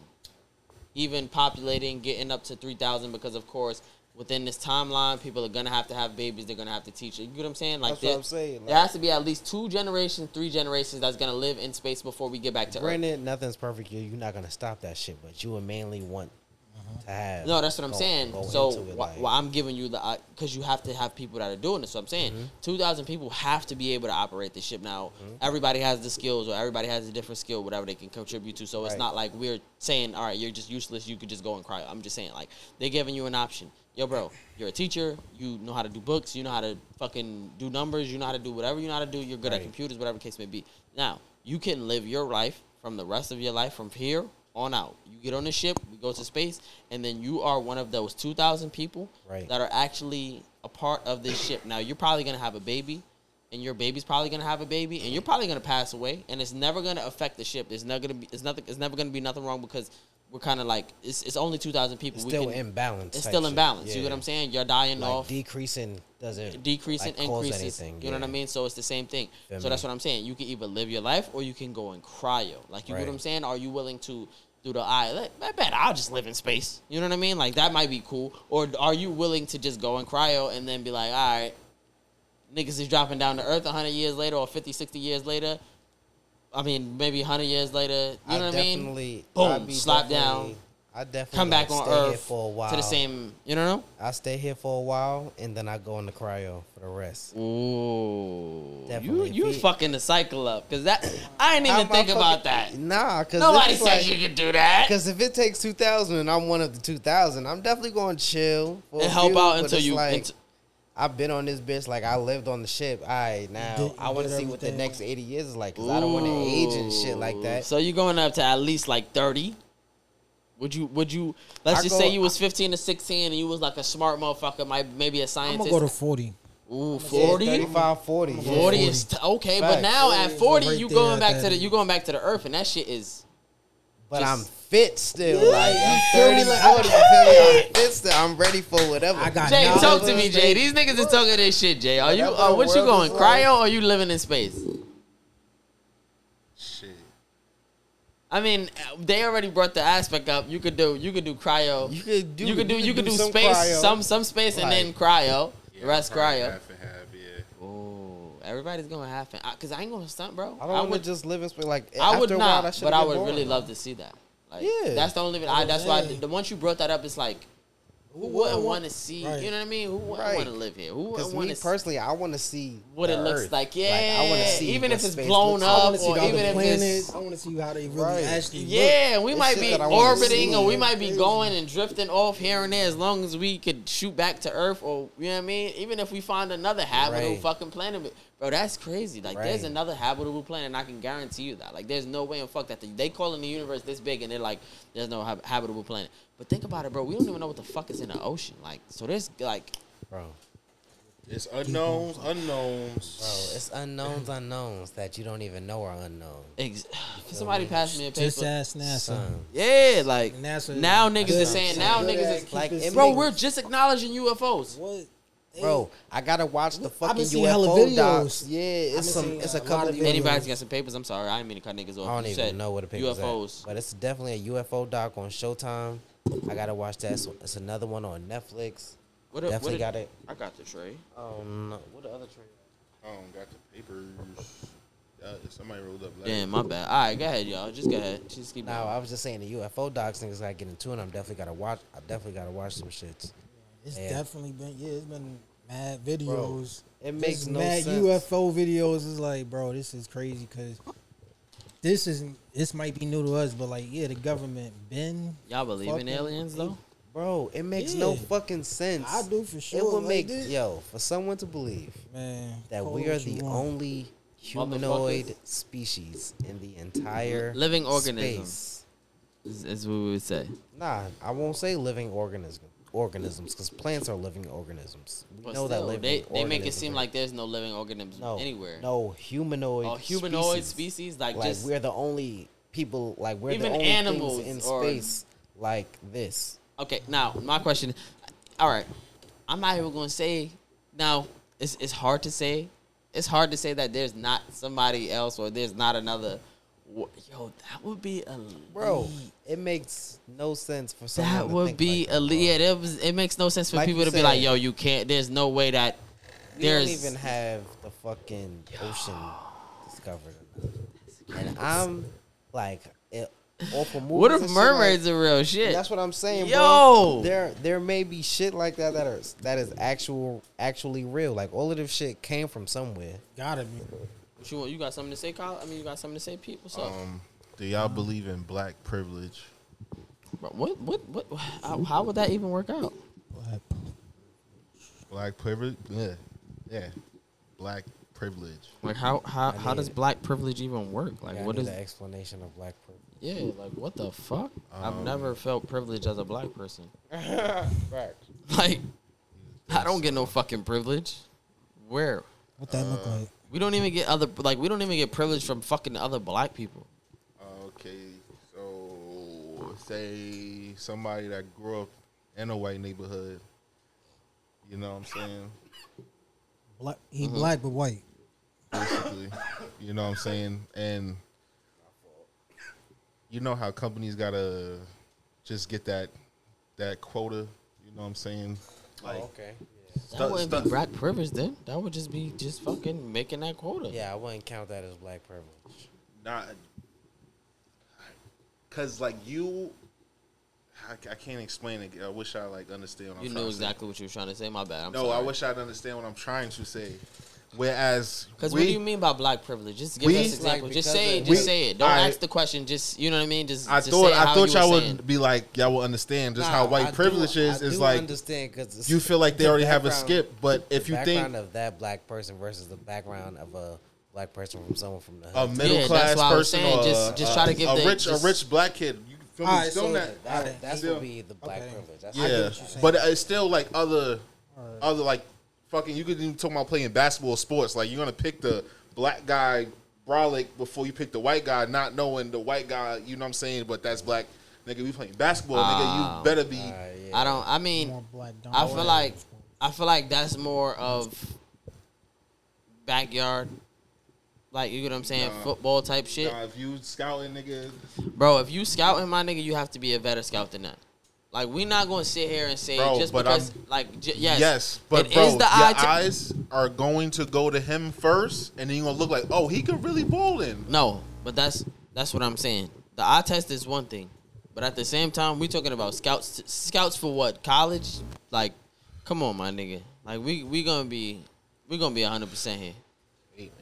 S1: Even populating getting up to three thousand because of course. Within this timeline, people are gonna have to have babies. They're gonna have to teach. You get what I'm saying? Like
S3: That's what
S1: there-
S3: I'm saying,
S1: there
S3: like-
S1: has to be at least two generations, three generations that's gonna live in space before we get back to Earth.
S3: Granted, nothing's perfect. You- You're not going to stop that shit, but you would mainly want to have.
S1: Mm-hmm. No, that's what I'm
S3: go-
S1: saying.
S3: go
S1: So
S3: into it,
S1: why,
S3: like-
S1: why I'm giving you the because you have to have people that are doing this. So I'm
S3: Mm-hmm.
S1: saying 2,000 people have to be able to operate the ship. Now everybody has the skills, or everybody has a different skill, whatever they can contribute to. So it's
S3: Right.
S1: not like we're saying, all right, you're just useless. You could just go and cry. I'm just saying like they're giving you an option. Yo, bro, you're a teacher. You know how to do books. You know how to fucking do numbers. You know how to do whatever you know how to do. You're good at
S3: Right.
S1: computers, whatever the case may be. Now you can live your life from the rest of your life from here on out. You get on the ship, we go to space, and then you are one of those two thousand people
S3: Right.
S1: that are actually a part of this ship. Now you're probably gonna have a baby, and your baby's probably gonna have a baby, and you're probably gonna pass away, and it's never gonna affect the ship. There's not gonna be. It's nothing. It's never gonna be nothing wrong because we're kind of like it's, it's only two thousand people.
S3: It's
S1: We
S3: still
S1: can-
S3: imbalanced.
S1: It's
S3: type
S1: still
S3: shit.
S1: imbalanced. You
S3: Yeah.
S1: get what I'm saying? You're dying
S3: Like
S1: off
S3: decreasing doesn't
S1: decreasing,
S3: like, cause
S1: increases.
S3: anything,
S1: you know what I
S3: yeah.
S1: mean? So it's the same thing.
S3: Feel
S1: so that's
S3: me?
S1: what I'm saying. You can either live your life or you can go in cryo. Like you know what I'm
S3: Right.
S1: saying? Are you willing to do the I let I bet I'll just live in space. You know what I mean? Like that might be cool. Or are you willing to just go in cryo and then be like, all right, niggas is dropping down to earth 100 years later or 50, 60 years later. I mean, maybe 100 years later. You know
S3: I
S1: what I mean?
S3: definitely-
S1: Boom,
S3: I'd be
S1: slap
S3: definitely-
S1: down,
S3: I definitely
S1: come back
S3: like,
S1: on
S3: stay here
S1: earth
S3: for a while
S1: to the same. You know?
S3: I stay here for a while and then I go into cryo for the rest.
S1: Ooh,
S3: Definitely.
S1: you you
S3: If he-
S1: fucking the cycle up because that I didn't even
S3: I'm-
S1: think
S3: I'm
S1: about that.
S3: fucking- Nah, because
S1: Nobody said you could do that.
S3: Because if it takes two thousand and I'm one of the two thousand, I'm definitely going to chill for a
S1: And help
S3: few,
S1: out
S3: but
S1: until
S3: it's
S1: you.
S3: Like,
S1: unt-
S3: I've been on this bitch like I lived on the ship. All right, now
S4: did-
S3: I want to
S4: did
S3: see what the
S4: everything.
S3: next eighty years is like because I don't want to age and shit like that.
S1: So you're going up to at least like thirty. Would you? Would you? Let's
S3: I
S1: just
S3: go-
S1: say you was fifteen to sixteen and you was like a smart motherfucker, might maybe a
S4: I'm
S1: scientist.
S4: gonna go to forty.
S1: Ooh,
S3: Yeah,
S1: 40?
S3: 35, 40. yeah.
S1: 40 is t- okay, but
S3: Facts.
S1: now at forty,
S4: Right
S1: you
S4: there
S1: going
S4: at
S1: back
S4: that
S1: to the
S4: age.
S1: you going back to the earth, and that shit is
S3: But
S1: Just-
S3: I'm fit still. Like I'm 30, 40,
S1: Yeah.
S3: you feel me? I'm fit still. I'm ready for whatever.
S4: I got
S1: Jay.
S4: knowledge.
S1: Talk to me, Jay. These niggas is talking this shit, Jay. Are you?
S3: Whatever
S1: Uh,
S3: the
S1: what you
S3: world is
S1: going
S3: like.
S1: cryo or you living in space?
S5: Shit.
S1: I mean, they already brought the aspect up. You could do, you could do cryo. You could do, you could do, you could do,
S3: some
S1: space,
S3: cryo.
S1: some some space, and then cryo. The rest cryo.
S5: Half and half, yeah.
S1: Oh, everybody's going half, and I- cause I ain't gonna stunt, bro.
S3: I don't want to just live in space. Like
S1: I would
S3: after a
S1: not,
S3: while, that shit
S1: but
S3: get
S1: I would
S3: boring.
S1: really love to see that. Like,
S3: Yeah.
S1: that's the only. I, that's why I,
S4: Hey.
S1: the once you brought that up, it's like who wouldn't want to see.
S4: Right.
S1: You know what I mean? Who wouldn't
S3: Right.
S1: want to live here? Who
S3: Because
S1: wouldn't want
S3: me
S1: to see
S3: personally, I want to see
S1: what it
S3: the
S1: looks
S3: Earth.
S1: like? Yeah,
S3: I want to see
S1: even
S3: what
S1: if it's
S3: space
S1: blown
S3: looks
S4: I
S1: up,
S4: want to see
S1: or
S4: the
S1: even
S4: other
S1: if
S4: planets.
S1: it's
S4: I want to see how they really
S3: Right.
S4: actually
S1: yeah, we
S3: it's
S1: might
S3: shit
S1: be
S3: that I wanna
S1: orbiting, or
S3: see.
S1: we might be
S4: Crazy.
S1: going and drifting off here and there. As long as we could shoot back to Earth, or you know what I mean. Even if we find another habitable
S3: Right.
S1: fucking planet, but- bro, that's crazy. Like, there's
S3: Right.
S1: another habitable planet. and I can guarantee you that. Like, there's no way in fuck that the, they calling the universe this big, and they're like, there's no hab- habitable planet. But think about it, bro. We don't even know what the fuck is in the ocean. Like, so there's like,
S3: bro.
S5: It's unknowns, unknowns.
S3: Bro, it's unknowns, unknowns that you don't even know are unknown.
S1: ex- *sighs* somebody passed me a
S4: Just
S1: paper.
S4: ask NASA.
S3: Son.
S1: Yeah, like
S4: NASA
S1: now niggas
S4: good-
S1: is saying now
S4: good
S1: niggas
S4: at
S1: is
S4: keeping
S3: like, it
S4: secrets.
S1: bro. We're just acknowledging UFOs.
S4: what?
S3: Bro, I gotta watch the
S4: I've
S3: fucking
S4: been seeing hella
S3: UFO docs.
S4: videos. I've
S3: Yeah, it's
S4: been
S3: some.
S4: seeing
S3: It's
S4: a
S3: a
S4: lot
S3: couple.
S4: of
S3: Of
S4: videos.
S1: Anybody's got some papers? I'm sorry, I didn't mean to cut niggas
S3: I
S1: off.
S3: don't
S1: You said
S3: even know what the picture's
S1: UFOs.
S3: at, but it's definitely a UFO doc on Showtime. I gotta watch that. So it's another one on Netflix.
S1: What a-
S3: Definitely
S1: what a-
S3: got it.
S1: I got the tray.
S3: Um, what the other trailer?
S5: I don't got the papers. Uh, somebody rolled up. Last
S1: Damn, my bad. All right, go ahead, y'all. Just go ahead. Just keep.
S3: No,
S1: going.
S3: I was just saying the UFO docs niggas gotta get into it. I'm definitely gotta watch. I definitely gotta watch some shits.
S4: It's
S3: Yeah.
S4: definitely been yeah, it's been mad videos.
S3: It
S4: Just
S3: makes no
S4: mad
S3: sense.
S4: UFO videos is like, bro, this is crazy because this isn't. This might be new to us, but like, yeah, the government been.
S1: Y'all believe in
S4: fucking-
S1: aliens though?
S3: Bro, it makes no
S4: Yeah.
S3: fucking sense.
S4: I do for sure.
S3: It would
S4: like,
S3: make
S4: this-
S3: yo for someone to believe
S4: man
S3: that
S4: call
S3: we
S4: it
S3: are
S4: what you
S3: the
S4: want.
S3: only humanoid species in the entire
S1: Living organism.
S3: space.
S1: Is, is what we would say.
S3: Nah, I won't say living organism organisms because plants are living organisms. We
S1: But
S3: know that
S1: still,
S3: living
S1: they they make it
S3: organisms
S1: seem
S3: are-
S1: like there's no living organisms
S3: no
S1: anywhere.
S3: No humanoid.
S1: Oh, humanoid species, like,
S3: Like
S1: just
S3: we're the only people. Like we're
S1: Even
S3: the only
S1: animals
S3: things in
S1: are-
S3: space like this.
S1: okay. Now my question. All right, I'm not even gonna say. Now it's it's hard to say. It's hard to say that there's not somebody else or there's not another. wa- Yo, that would be a
S3: Bro, it makes no sense for someone.
S1: That
S3: to
S1: would
S3: think
S1: be
S3: like that,
S1: a
S3: bro.
S1: yeah. That was, it makes no sense for
S3: Like
S1: people
S3: you
S1: to be like,
S3: said.
S1: "Yo, you can't." There's no way that
S3: We
S1: there's.
S3: don't even have the fucking ocean discovered. And I'm like, it, all for movies
S1: what if
S3: and shit like-
S1: mermaids are real shit?
S3: That's what I'm saying,
S1: Yo!
S3: bro. There, there may be shit like that that are that is actual, actually real. Like all of this shit came from somewhere.
S4: gotta be.
S1: What you want? You got something to say, Kyle? I mean, you got something to say, people? So,
S5: Um, do y'all believe in black privilege?
S1: Bro, what, what, what? How, how would that even work out?
S5: Black privilege? Yeah. Yeah. Black privilege.
S1: Like, how, how,
S3: I
S1: how does
S3: mean-
S1: black privilege even work? Like,
S3: Yeah, I
S1: what
S3: need
S1: is?
S3: the explanation of black privilege?
S1: Yeah, like what the fuck? I've
S5: Um,
S1: never felt privilege as a black
S3: *laughs*
S1: person. Like, I don't get no fucking privilege. Where?
S4: What that look
S3: Uh,
S4: like?
S1: We don't even get other like we don't even get privilege from fucking other black people.
S5: Uh, Okay, so say somebody that grew up in a white neighborhood. You know what I'm saying?
S4: Black, he
S3: mm-hmm.
S4: black but white.
S5: Basically, you know what I'm saying, and you know how companies gotta just get that that quota. You know what I'm saying? Like,
S3: Oh, okay.
S1: That
S5: Stuff-
S1: wouldn't
S5: stuff-
S1: be black privilege then. That would just be just fucking making that quota.
S3: Yeah, I wouldn't count that as black privilege.
S5: not because like you, I, I can't explain it. I wish I like understand. What
S1: You knew
S5: I'm trying to say.
S1: exactly what you were trying to say. My bad. I'm
S5: No, I wish I'd understand what I'm trying to say. Whereas,
S1: Because
S5: we,
S1: what do you mean by black privilge? Just give
S5: we-
S1: us example.
S3: Like,
S1: just
S3: because
S1: say it.
S3: of-
S1: Just
S5: we-
S1: say it. Don't
S5: I-
S1: ask the question. Just you know what I mean. Just
S5: I
S1: just
S5: thought
S1: say it
S5: I
S1: how
S5: thought
S1: you
S5: y'all
S1: were
S5: would
S1: saying.
S5: be like y'all would understand just how
S3: Nah,
S5: white
S3: I do-
S5: privilege is.
S3: I
S5: Is
S3: do
S5: like
S3: understand because
S5: you feel like they already have a skip, but if you
S3: background
S5: think
S3: of that black person versus the background of a black person from someone from the
S5: a
S3: hood.
S5: middle
S1: that's
S5: class
S1: why I was
S5: person
S1: saying,
S5: or
S1: just- just
S5: a-
S1: try to give
S5: a
S1: the-
S5: rich
S1: just-
S5: a rich black kid, you feel me?
S4: All right,
S5: Still
S4: so
S5: not-
S3: that
S4: Alright,
S3: that
S5: still-
S3: would be the black
S4: okay.
S3: privilege. That's
S4: get
S5: yeah,
S4: what you're saying.
S5: but it's still like other other like fucking. You could even talk about playing basketball, or sports. Like you're gonna pick the black guy brolic before you pick the white guy, not knowing the white guy. You know what I'm saying? But that's black. Nigga, we playing basketball. nigga,
S1: Ah.
S5: you better be.
S3: Uh, yeah.
S1: I don't. I mean,
S4: More black. don't
S1: I feel
S4: white.
S1: like I feel like that's more of backyard. Like you get what I'm saying,
S5: Nah.
S1: football type shit,
S5: Nah, if you scouting nigga,
S1: bro. If you scouting my nigga, you have to be a better scout than that. Like we not gonna sit here and say
S5: Bro,
S1: just
S5: but
S1: because, like, j- yes,
S5: yes, but
S1: it
S5: bro,
S1: is the
S5: your
S1: eye. te-
S5: eyes are going to go to him first, and then you gonna look like, oh, he could really bowl in.
S1: No, but that's that's what I'm saying. The eye test is one thing, but at the same time, we talking about scouts. Scouts for what? College? Like, come on, my nigga. Like we we gonna be we gonna be 100 percent here.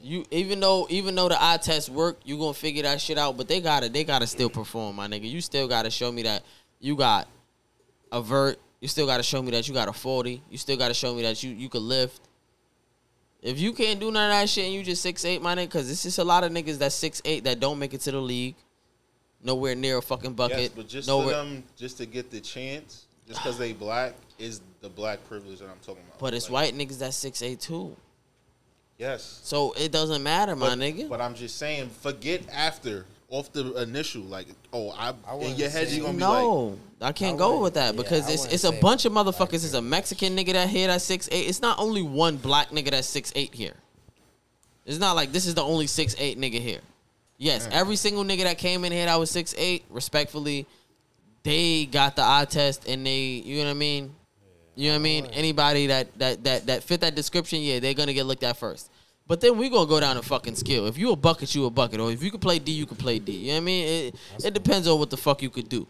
S1: You even though even though the eye test work, you gonna figure that shit out. But they gotta they gotta still perform, my nigga. You still gotta show me that you got a vert. You still gotta show me that you got a 40. You still gotta show me that you you could lift. If you can't do none of that shit and you just six eight, my nigga, because this is a lot of niggas that six eight that don't make it to the league, nowhere near a fucking bucket.
S5: Yes, but just
S1: nowhere,
S5: to them, just to get the chance, just because they black is the black privilege that I'm talking about.
S1: but it's
S5: Like,
S1: white niggas that six eight too.
S5: Yes,
S1: So it doesn't matter, my
S5: but,
S1: nigga.
S5: But I'm just saying, forget after off the initial. Like, oh, I, in your head
S2: say-
S5: you gonna be like,
S1: no, I can't
S2: I
S1: go
S2: wouldn't-
S1: with that
S2: yeah,
S1: because
S2: I
S1: it's
S2: wouldn't
S1: it's a
S2: say
S1: bunch of
S2: black
S1: motherfuckers. It's a Mexican nigga that here that six eight. It's not only one black nigga that's six eight here. It's not like this is the only six eight nigga here. Yes, every single nigga that came in here that was six eight, respectfully, they got the eye test and they, you know what I mean. You know what I mean? Anybody that that that that fit that description, yeah, they're gonna get looked at first. But then we gonna go down to fucking skill. If you a bucket, you a bucket, or if you can play D, you can play D. You know what I mean? It, it depends on what the fuck you could do.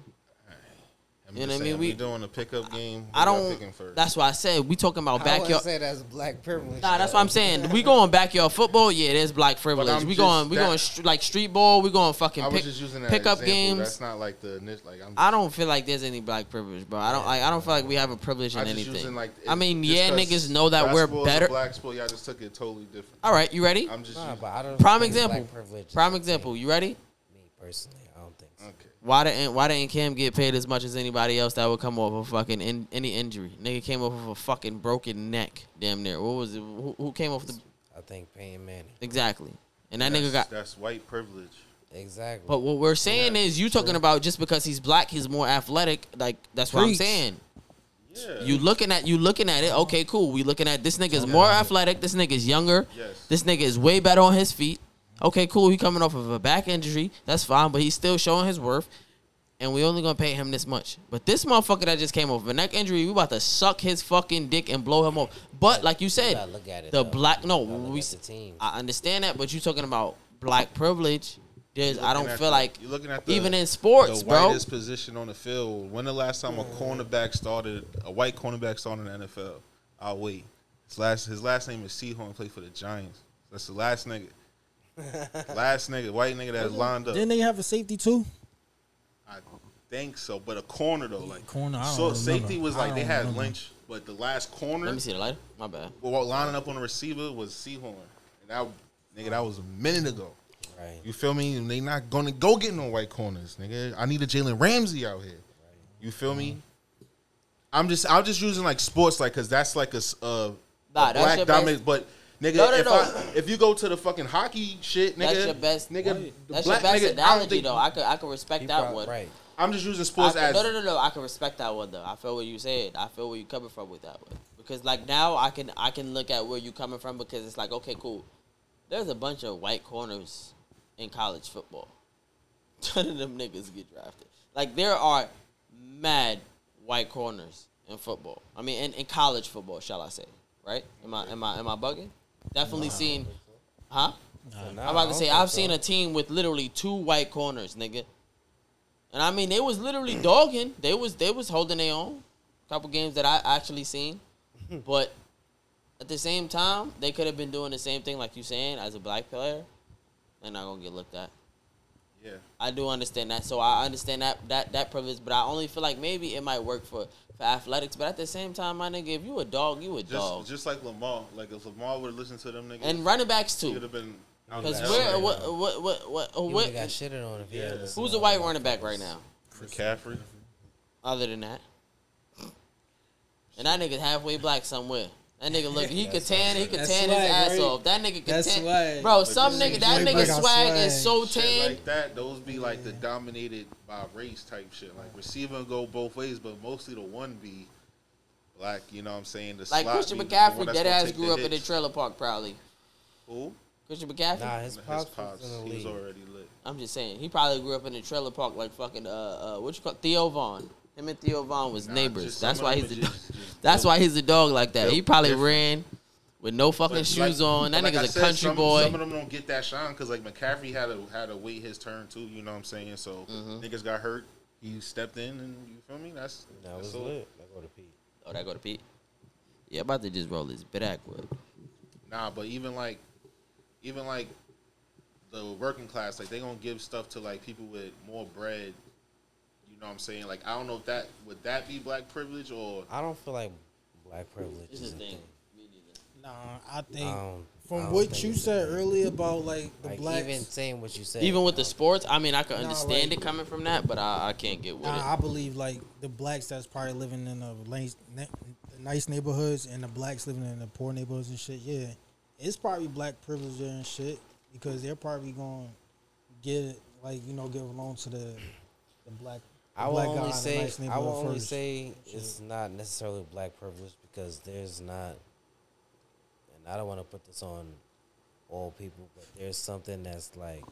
S5: I'm
S1: You
S5: just
S1: know what I
S5: saying,
S1: mean?
S5: We,
S1: We-
S5: doing a pickup game.
S1: I
S5: who y'all
S1: don't.
S5: picking first?
S1: That's why I said we talking about
S2: I wouldn't
S1: backyard.
S2: say that's black privilege.
S1: Nah, that's what I'm saying. We going backyard football. Yeah, there's black privilege.
S5: I'm
S1: We
S5: just-
S1: going. We
S5: that-
S1: going str- like street ball. We going fucking
S5: I was
S1: pick,
S5: just using that
S1: pickup
S5: example.
S1: games.
S5: That's not like the initial. Like, I'm
S1: I don't feel like there's any black privilege, bro. I don't. I, I don't feel like we have a privilege in
S5: I'm just
S1: anything.
S5: using, like,
S1: I mean,
S5: just
S1: yeah,
S5: 'cause
S1: niggas know that we're
S5: basketball is a
S1: better.
S5: Black sport, y'all just took it totally different.
S1: All right, you ready?
S5: I'm just
S2: Nah,
S5: using,
S2: but I don't
S1: Prime
S2: think black
S1: example.
S2: privilege is
S1: Prime
S2: a
S1: example.
S2: thing.
S1: You ready?
S2: Me personally, I don't think so.
S5: okay.
S1: Why didn't Why didn't Cam get paid as much as anybody else that would come off of fucking in, any injury? Nigga came off of a fucking broken neck, damn near. What was it? Who, who came off the
S2: I think Payne Manning.
S1: exactly? And that
S5: That's,
S1: nigga got.
S5: that's white privilege.
S2: Exactly.
S1: But what we're saying is, you talking about just because he's black, he's more athletic. Like that's what I'm
S4: Preach.
S1: saying.
S5: Yeah.
S1: You looking at you looking at it. Okay, cool. We looking at this nigga's more athletic. This nigga's younger.
S5: Yes.
S1: This nigga is way better on his feet. Okay, cool. He coming off of a back injury. That's fine, but he's still showing his worth. And we only gonna pay him this much. But this motherfucker that just came off of a neck injury, we about to suck his fucking dick and blow him off. But like you
S2: You
S1: said,
S2: gotta look at it.
S1: the
S2: though.
S1: black no,
S2: You gotta look
S1: we,
S2: at the team.
S1: I understand that, but you talking about black privilege. There's I don't
S5: looking at
S1: feel
S5: the-
S1: like
S5: you're looking at the,
S1: even in
S5: the
S1: sports, bro.
S5: whitest position on the field. When the last time a cornerback started, a white cornerback started in the NFL? I'll wait. His last his last name is Seahorn. Played for the Giants. That's the last
S4: *laughs*
S5: nigga. last nigga, white nigga that's lined up.
S4: Didn't they have a safety too?
S5: I think so, but a corner though, like
S4: corner, I don't
S5: so
S4: remember.
S5: safety was
S4: I
S5: like they
S4: don't
S5: had
S4: remember.
S5: Lynch, but the last corner
S1: Let me see the lighter. My bad.
S5: well, lining up on the receiver was Seahorn, and that nigga that was a minute ago.
S2: Right.
S5: You feel me? And they not gonna go get no white corners, nigga. I need a Jalen Ramsey out here. You feel me? I'm just I'm just using like sports like because that's like a, s- uh,
S1: Nah,
S5: a
S1: that's your
S5: black
S1: best-
S5: dominant. But nigga,
S1: No, no,
S5: if
S1: no.
S5: I, if you go to the fucking hockey shit, nigga,
S1: That's your best.
S5: nigga. the
S1: That's
S5: black
S1: your best
S5: nigga, I
S1: analogy,
S5: don't think,
S1: though. I could, I could respect
S2: You
S1: that
S2: prob-
S1: one.
S2: Right.
S5: I'm just using
S1: I
S5: sports
S1: could,
S5: as
S1: no, no, no, no. I can respect that one though. I feel what you said. I feel where you coming from with that one because like now I can, I can look at where you coming from because it's like okay, cool. There's a bunch of white corners in college football. *laughs* None of them niggas get drafted. Like there are mad white corners in football. I mean, in, in college football, shall I say? Right? Am I, am I, am I bugging? Definitely seen, huh?
S2: So now
S1: I'm
S2: I
S1: about to
S5: Oh,
S2: don't
S1: say
S2: think
S1: I've
S2: so.
S1: seen a team with literally two white corners, nigga. And I mean, they was
S5: *clears throat*
S1: literally dogging. They was they was holding their own. Couple games that I actually
S5: *laughs*
S1: seen, but at the same time, they could have been doing the same thing like you saying as a black player. They're not gonna get looked at.
S5: yeah.
S1: I do understand that, so I understand that that that privilege. But I only feel like maybe it might work for for athletics. But at the same time, my nigga, if you a dog, you a
S5: Just
S1: dog.
S5: just like Lamar, like if Lamar would have listened to them niggas,
S1: and running backs
S5: he
S1: too,
S5: would have been. out
S1: because
S5: the
S1: where
S5: hell.
S1: what what what what,
S2: He
S1: what
S2: would've got shitted on if he
S5: Yeah.
S2: had
S1: Who's a white running back right now?
S5: McCaffrey?
S1: Other than that, and that nigga halfway black somewhere. That nigga look,
S5: *laughs*
S1: he could tan, he could
S4: That's
S1: tan his
S4: swag,
S1: ass
S4: right?
S1: off. That nigga could
S4: That's
S1: tan,
S4: swag.
S1: bro. Some
S5: you
S1: nigga,
S5: see
S1: that
S4: white
S1: nigga
S4: black
S1: swag,
S4: on
S1: is so
S4: swag.
S1: tan.
S5: Shit like that, those be like the dominated by race type shit. Like receiver and go both ways, but mostly the one be black. You know what I'm saying? The
S1: like
S5: slot
S1: Christian
S5: be the one
S1: McCaffrey,
S5: that's
S1: dead
S5: gonna
S1: ass
S5: take
S1: grew up in a
S5: hits.
S1: trailer park probably.
S5: Who?
S1: Christian McCaffrey.
S3: Nah, his
S5: His
S3: pops,
S5: pops,
S3: was in the
S5: he was
S3: league.
S5: already lit.
S1: I'm just saying he probably grew up in a trailer park like fucking uh, uh what you call Theo Vaughn. Him and Theo Vaughn was
S5: Nah,
S1: neighbors.
S5: just some
S1: That's
S5: of
S1: why
S5: them
S1: he's a
S5: are
S1: dog.
S5: just-
S1: *laughs*
S5: just
S1: That's
S5: dope.
S1: why he's a dog like that. He
S5: Built
S1: probably
S5: different.
S1: ran with no fucking
S5: But
S1: shoes
S5: like-
S1: on. That
S5: but like I
S1: nigga's
S5: said,
S1: a country
S5: some,
S1: boy.
S5: Some of them don't get that shine because like McCaffrey had to had to wait his turn too. You know what I'm saying? So
S1: Mm-hmm.
S5: niggas got hurt. He stepped in, and you feel me? That's
S3: That
S5: that's
S3: was
S5: all.
S3: lit. I go to Pete.
S1: oh, that go to Pete. Yeah, about to just roll his backward.
S5: Nah, but even like, even like the working class, like they gonna give stuff to like people with more bread. You know what I'm saying? Like I don't know if that would that be black privilege or
S3: I don't feel like black privilege
S1: This
S3: is
S1: is
S3: a
S1: the
S3: thing.
S1: thing. Me neither.
S4: Nah, I think
S3: Um, I
S4: from
S3: don't
S4: what
S3: think
S4: you
S3: it's
S4: said earlier about like the
S3: Like
S4: blacks,
S3: even saying what you said,
S1: Even with the
S3: um,
S1: sports, I mean, I can
S4: Nah,
S1: understand
S4: like-
S1: it coming from that, but I, I can't get with
S4: nah, I
S1: it.
S4: believe like the blacks that's probably living in the nice, ne- nice neighborhoods and the blacks living in the poor neighborhoods and shit. Yeah, it's probably black privilege there and shit because they're probably going to get like you know give a loan to the the black.
S3: I
S4: the
S3: will
S4: black guy in
S3: only
S4: the
S3: say
S4: nice
S3: I
S4: neighborhood
S3: will only
S4: first.
S3: say it's not necessarily black privilege because there's not, and I don't want to put this on all people, but there's something that's like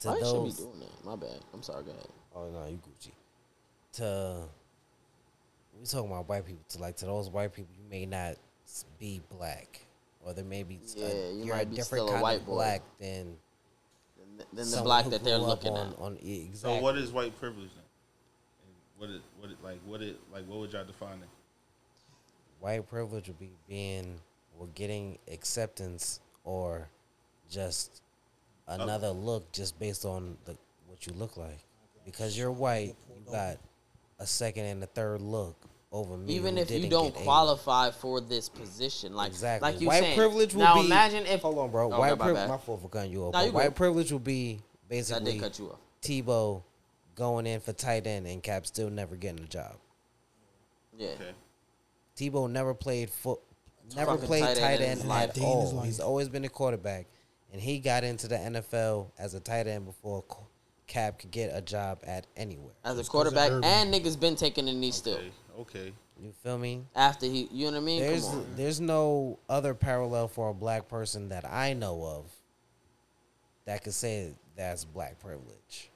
S3: to
S1: I should be
S3: those.
S1: doing that. My bad. I'm sorry, go ahead.
S3: Oh no, you Gucci. To we talking about white people. To like to those white people, you may not s- be black, or there may be
S1: Yeah, you
S3: you're
S1: might be still a white boy.
S3: black than
S1: Then the- Then the
S3: someone
S1: black
S3: who
S1: that they're
S3: grew up
S1: looking
S3: on,
S1: at.
S3: on- yeah,
S5: so.
S3: exactly.
S5: What is white privilege then? And What it what it like what it like what would y'all define it?
S3: white privilege would be being or getting acceptance or just another look just based on the what you look like because you're white you got a second and a third look over me
S1: even
S3: who
S1: if you
S3: didn't
S1: don't
S3: get a-
S1: qualify for this position, like
S3: exactly
S1: like you
S3: white
S1: saying.
S3: privilege will
S1: now
S3: be
S1: imagine if
S3: hold on bro
S1: Okay,
S3: white
S1: my
S3: privilege
S1: bad.
S3: my fault for cutting you off
S1: Nah,
S3: but
S1: you
S3: white
S1: good.
S3: privilege will be
S1: I
S3: basically
S1: did cut you off.
S3: Tebow going in for tight end and Cap still never getting a job
S1: Yeah,
S5: Okay,
S3: Tebow never played foot, never
S1: Fucking
S3: played
S1: tight end
S3: tight
S1: in
S3: end
S1: his life.
S3: at
S4: Dean is
S3: all.
S4: like-
S3: He's always been a quarterback, and he got into the NFL as a tight end before C- Cap could get a job at anywhere.
S1: as a quarterback,
S4: Urban.
S1: and niggas been taking the knee still
S5: okay, okay.
S3: You feel me?
S1: after he. You know what I mean?
S3: There's
S1: Come on.
S3: there's no other parallel for a black person that I know of that could say that's black privilege.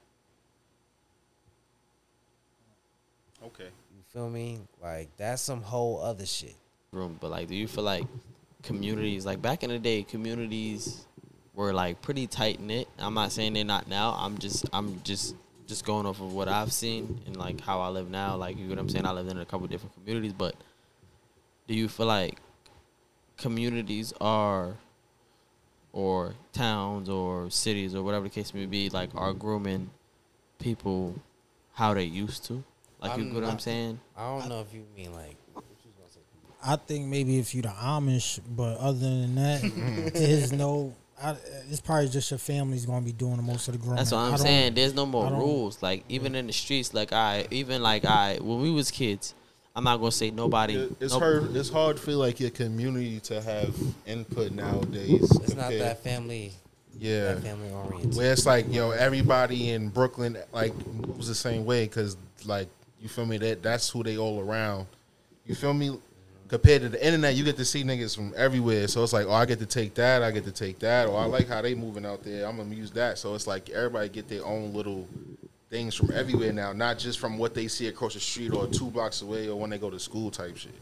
S5: Okay.
S3: You feel me? Like that's some whole other shit.
S1: room, but like, do you feel like communities like back in the day, communities were like pretty tight knit? I'm not saying they're not now. I'm just, I'm just, just going off of what I've seen and like how I live now. Like, you know what I'm saying? I live in a couple different communities, but do you feel like communities are or towns or cities or whatever the case may be like are grooming people how they used to like you
S3: I'm
S1: get what i'm
S3: not-
S1: saying
S3: I don't know if you mean like
S4: I think maybe if you the Amish, but other than that, there's no. I, it's probably just your family's gonna be doing the most of the growing.
S1: That's what
S4: I
S1: I'm
S4: don't-
S1: saying. There's no more
S4: I don't-
S1: rules. Like even in the streets, like I even like I when we was kids, I'm not gonna say nobody.
S5: It- It's
S1: no-
S5: hard. It's hard for like your community to have input nowadays.
S3: it's not
S5: compared-
S3: that family
S5: Yeah.
S3: that family oriented.
S5: Where it's like yo, everybody in Brooklyn like moves the same way because like you feel me that that's who they all around. You feel me? Compared to the internet, you get to see niggas from everywhere. So it's like, oh, I get to take that, I get to take that, or I like how they moving out there. I'm gonna use that. So it's like everybody get their own little things from everywhere now, not just from what they see across the street or two blocks away or when they go to school type shit.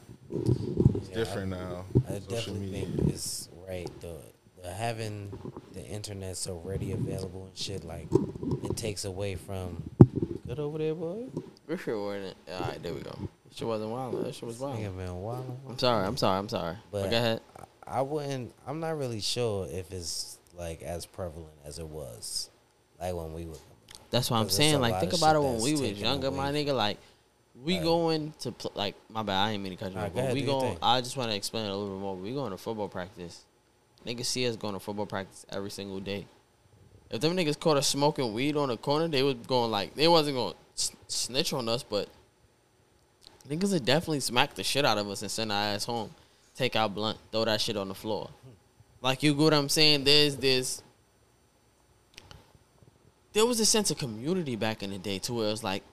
S5: It's different now.
S3: I
S5: Social
S3: definitely
S5: media.
S3: think it's right. The, the having the internet's already available and shit like it takes away from good over there, boy.
S1: This shit wasn't. All right, there we go. This shit wasn't wild. That shit was
S3: Nigga
S1: wild.
S3: been wildin'.
S1: I'm sorry. I'm sorry. I'm sorry. But,
S3: But
S1: go ahead.
S3: I, I wouldn't. I'm not really sure if it's like as prevalent as it was, like when we were.
S1: That's what I'm
S3: 'cause it's
S1: saying.
S3: a
S1: Like
S3: lot
S1: think
S3: of
S1: about
S3: shit
S1: it when
S3: that's
S1: we was
S3: taken
S1: younger, my
S3: away.
S1: nigga. Like we
S3: Right.
S1: going to pl- like my bad. I ain't mean to cut you
S3: Nah,
S1: off.
S3: go
S1: but
S3: ahead,
S1: We
S3: do your
S1: going.
S3: thing.
S1: I just want to explain it a little bit more. We going to football practice. Niggas see us going to football practice every single day. If them niggas caught us smoking weed on the corner, they was going like they wasn't going to snitch on us, but niggas would definitely smack the shit out of us and send our ass home, take our blunt, throw that shit on the floor. Like you get what I'm saying? There's this. There was a sense of community back in the day to where it was like,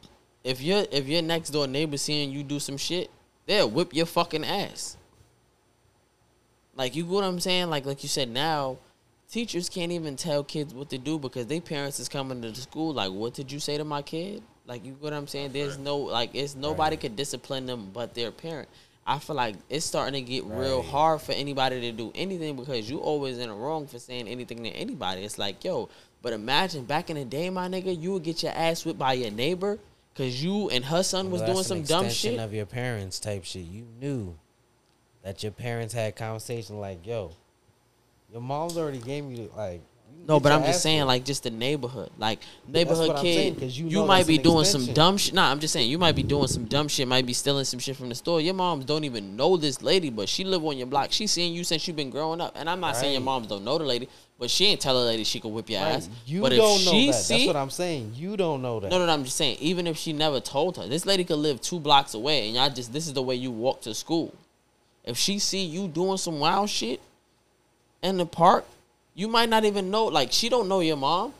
S1: if your if your next door neighbor seeing you do some shit, they'll whip your fucking ass. Like you get what I'm saying? Like like you said now, teachers can't even tell kids what to do because they parents is coming to the school like, what did you say to my kid? Like you get what I'm saying? There's no like it's nobody could discipline them but their parent. I feel like it's starting to get real hard for anybody to do anything because you always in the wrong for saying anything to anybody. It's like, yo, but imagine back in the day, my nigga, you would get your ass whipped by your neighbor because you and her son was
S2: Well,
S1: doing
S2: that's an
S1: some dumb
S2: extension
S1: shit.
S2: of your parents type shit. You knew that your parents had conversation like, "Yo, your mom's already gave you like." you
S1: No,
S2: get
S1: but
S2: your
S1: I'm just
S2: ass
S1: saying,
S2: whooped."
S1: like, just the neighborhood, like neighborhood
S2: what I'm saying,
S1: kid.
S2: 'cause
S1: you
S2: you know
S1: might
S2: that's
S1: be
S2: an
S1: doing some
S2: extension.
S1: dumb shit. Nah, I'm just saying you might be doing some dumb shit. Might be stealing some shit from the store. Your moms don't even know this lady, but she live on your block. She seen you since you've been growing up. And I'm not saying your
S2: Right.
S1: moms don't know the lady, but she ain't tell the lady she could whip your ass.
S2: You
S1: but
S2: don't know
S1: if she
S2: that.
S1: see,
S2: That's what I'm saying. You don't know that.
S1: no, no, no, I'm just saying. Even if she never told her, this lady could live two blocks away, and y'all just this is the way you walk to school. If she see you doing some wild shit in the park, you might not even know. Like she don't know your mom,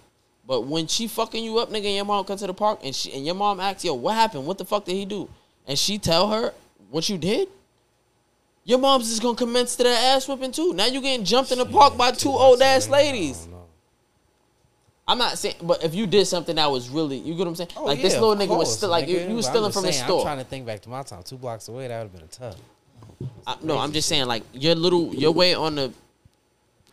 S1: but when she fucking you up, nigga, and your mom come to the park, and she and your mom asks, "Yo, what happened? What the fuck did he do?" And she tell her what you did. Your mom's just gonna commence to that ass whipping too. Now you getting jumped in the park by two old ass ladies. I'm not saying, but if you did something that was really, you get what I'm
S2: Oh,
S1: saying? like this little nigga was still like you, you was stealing from the
S2: I'm
S1: store.
S2: trying to think back to my time. Two blocks away, that would have been a tough.
S1: I- no, I'm just saying like your little your way on the.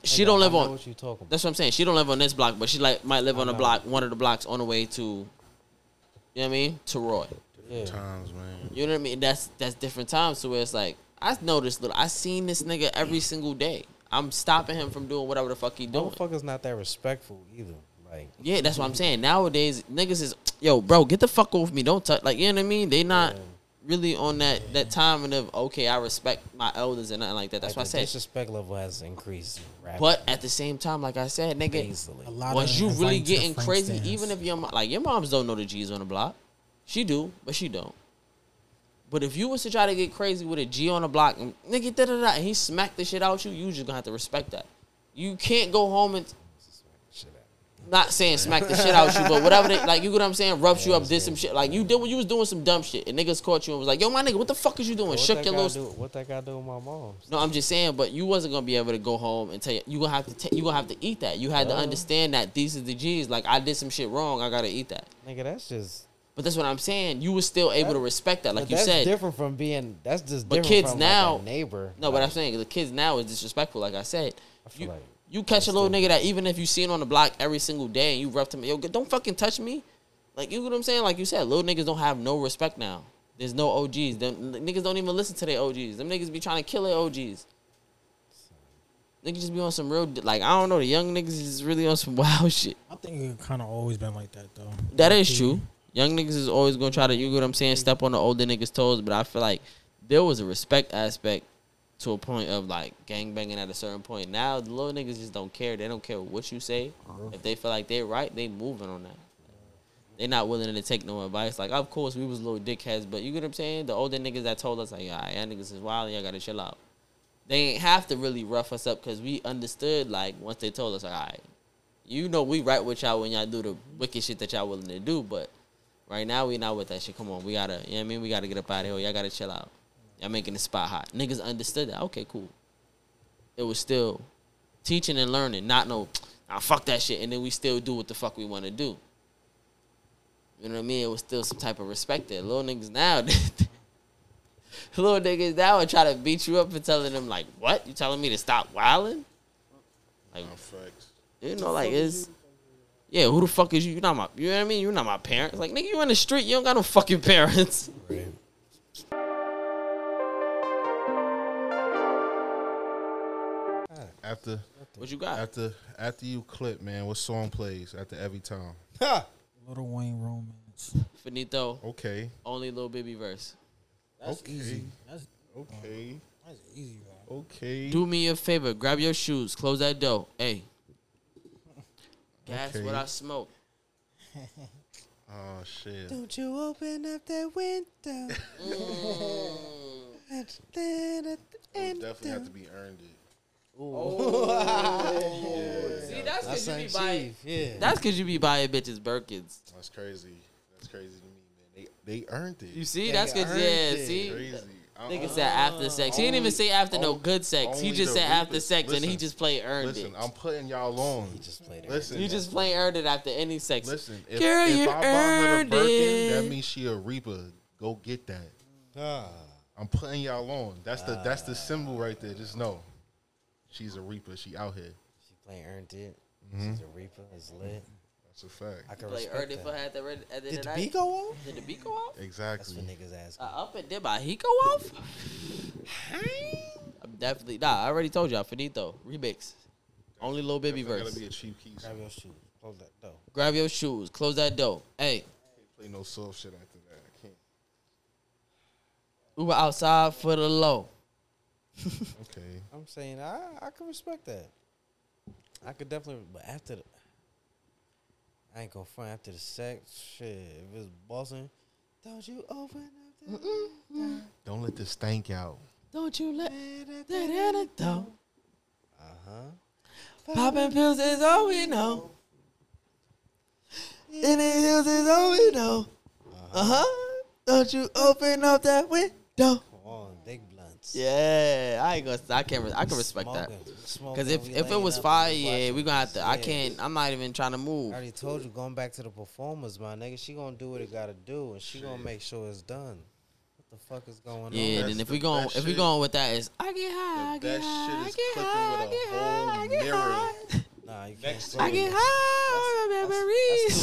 S1: She
S2: Nigga,
S1: don't
S2: I
S1: live
S2: know
S1: on.
S2: What you talking about?
S1: That's what I'm saying. She don't live on this block, but she like might live on a
S2: know.
S1: block, one of the blocks on the way to. You know what I mean? To Roy.
S2: Yeah.
S5: Times, man.
S1: You know what I mean? That's that's different times to where it's like I know this little. I seen this nigga every single day. I'm stopping him from doing whatever the fuck he doing.
S2: Motherfuckers not that respectful either. Like
S1: Yeah, that's what I'm saying. Nowadays, niggas is yo, bro, get the fuck off me. Don't touch. Like you know what I mean? They not really on that that time and of okay, I respect my elders and nothing like that. That's
S2: like,
S1: what I
S2: The
S1: said.
S2: disrespect level has increased rapidly.
S1: But at the same time, like I said, nigga,
S2: easily.
S4: A lot
S1: was
S4: of
S1: you
S4: them
S1: really
S4: invite to the
S1: getting
S4: Frank
S1: crazy?
S4: stands.
S1: Even if your mom, like your moms don't know the G's on the block, she do, but she don't. But if you was to try to get crazy with a G on the block, and nigga, da da da, and he smacked the shit out you, you just gonna have to respect that. You can't go home and
S2: Shit out.
S1: not saying smack the shit out you, but whatever they like, you get what I'm saying? Roughed you up, did some shit. Like you did when you was doing some dumb shit, and niggas caught you and was like, "Yo, my nigga, what the fuck is you doing?"
S2: What
S1: Shook
S2: that
S1: your
S2: gotta
S1: little.
S2: do- What that got to do with my mom?
S1: No, I'm just saying, but you wasn't gonna be able to go home and tell you. You gonna have to. T- you gonna have to eat that. You had to
S2: Yeah.
S1: understand that these are the G's. Like I did some shit wrong. I gotta eat that.
S2: Nigga, that's just.
S1: But that's what I'm saying. You was still able to respect that, like
S2: but
S1: you
S2: that's
S1: said.
S2: different from being. That's just.
S1: But
S2: different
S1: kids
S2: from,
S1: now-
S2: Like a neighbor.
S1: No, but
S2: like,
S1: I'm saying the kids now is disrespectful. Like I said,
S2: feel
S1: you,
S2: like
S1: you catch a little nigga that even if you see him on the block every single day and you rough him, yo, don't fucking touch me. Like you know what I'm saying? Like you said, little niggas don't have no respect now. There's no OGs. Them niggas don't even listen to their OGs. Them niggas be trying to kill their OGs. Niggas just be on some real like I don't know. The young niggas is really on some *laughs* wild shit.
S4: I think it kind of always been like that though.
S1: That
S4: Like,
S1: is
S4: they-
S1: true. Young niggas is always gonna try to, you know what I'm saying, step on the older niggas' toes. But I feel like there was a respect aspect to a point of like gangbanging at a certain point. Now the little niggas just don't care. They don't care what you say. If they feel like they're right, they moving on that. They not willing to take no advice. Like of course we was little dickheads, but you get what I'm saying. The older niggas that told us like, ah, y'all niggas is wild. Y'all gotta chill out. They ain't have to really rough us up because we understood like once they told us, all right, you know we right with y'all when y'all do the wicked shit that y'all willing to do, but right now we not with that shit. Come on, we gotta, you know what I mean? We gotta get up out of here. Y'all gotta chill out. Y'all making the spot hot. Niggas understood that. Okay, cool. It was still teaching and learning, not no, ah, fuck that shit, and then we still do what the fuck we want to do. You know what I mean? It was still some type of respect there. Little niggas now, *laughs* little niggas now are trying to beat you up and telling them like, what? You telling me to stop wilding? Like,
S5: Nah, facts.
S1: you know, like it's yeah. Who the fuck is you? You're not my. You know what I mean? You're not my parents. Like nigga, you in the street. You don't got no fucking *laughs* parents.
S5: After,
S1: What you got?
S5: after, after you clip, man. What song plays after every time?
S4: Little Wayne Romans.
S1: Finito.
S5: Okay,
S1: Only little baby verse.
S4: That's
S5: Okay.
S4: easy. That's
S5: okay,
S4: that's easy. Bro.
S5: okay.
S1: Do me a favor. Grab your shoes. Close that door. Hey. That's
S5: Okay.
S1: what I smoke.
S5: Oh shit.
S3: Don't you open up that window? That's that at the
S5: It
S3: end
S5: definitely
S3: door.
S5: have to be earned. It.
S1: See, that's cause you be
S3: That's
S1: buying.
S3: Chief, yeah.
S1: That's cause you be buying bitches Birkins.
S5: That's crazy. That's crazy to me, man. They they earned it.
S1: You see? that's cause yeah.
S3: earned it.
S1: See.
S5: crazy. I
S1: Nigga said after sex. He didn't even say after no
S5: only-
S1: good sex. He
S5: only
S1: just
S5: the
S1: said after
S5: rapist.
S1: sex, and he
S5: Listen,
S1: just played earned
S5: Listen,
S1: it.
S5: I'm putting y'all on.
S3: He just played it.
S5: Listen,
S1: you just plain earned it after any sex.
S5: listen. If,
S1: Girl,
S5: if
S1: you
S5: I buy her a
S1: earned
S5: Birkin, that
S1: it.
S5: means she a reaper. Go get that.
S3: Ah.
S5: I'm putting y'all on. That's the that's the symbol right there. Just know, she's a reaper. She out here.
S3: She playing earned it. She's a reaper. It's lit.
S5: That's a fact.
S3: I can
S1: Play
S3: respect
S1: earned it
S3: that.
S1: for her at the, red, at the end
S3: Did
S1: of
S3: the
S1: the
S3: beat
S1: night.
S3: go off?
S1: Did the beat go off?
S5: Exactly.
S3: That's what niggas ask.
S1: Uh, up and did my heat go off? I'm definitely nah. I already told y'all. Finito remix. Only little baby
S5: That's
S1: verse.
S5: gotta be a cheap key. So
S3: Grab
S5: you
S3: your shoes. Close that door.
S1: Grab your shoes. Close that door. Hey,
S5: can't play no soft shit after that. I can't.
S1: we were outside for the low.
S5: Okay.
S3: I'm saying I I can respect that. I could definitely, but after the, I ain't gonna front after the sex shit. If it's bossing, don't you open up the
S5: Don't let this stank out.
S1: Don't you let that antidote.
S3: Uh huh.
S1: Popping pills is all we know. In the hills is all we know. Uh huh. Don't you open up that window?
S3: Come on, big blunts.
S1: Yeah, I ain't gonna. I can't. I can respect that. Because if, if it was fire, yeah, we gonna have to. I can't. I'm not even trying to move.
S3: I already told you, going back to the performers, my nigga, she gonna do what it gotta do, and she gonna make sure it's done. What the fuck is going on?
S1: Yeah,
S5: that's
S1: then if
S5: the
S1: we going
S5: best
S1: if we
S5: shit.
S1: going with that is I get high, I
S5: The
S1: get
S5: best
S1: high,
S5: shit
S1: I
S5: is
S1: get
S5: clicking
S1: high, I
S5: with a
S1: get high, I
S5: whole
S1: get
S5: mirror.
S1: high,
S3: Nah, you can't.
S5: Next
S3: say
S1: I
S5: to
S1: get
S5: it.
S1: high,
S3: That's
S1: on
S3: too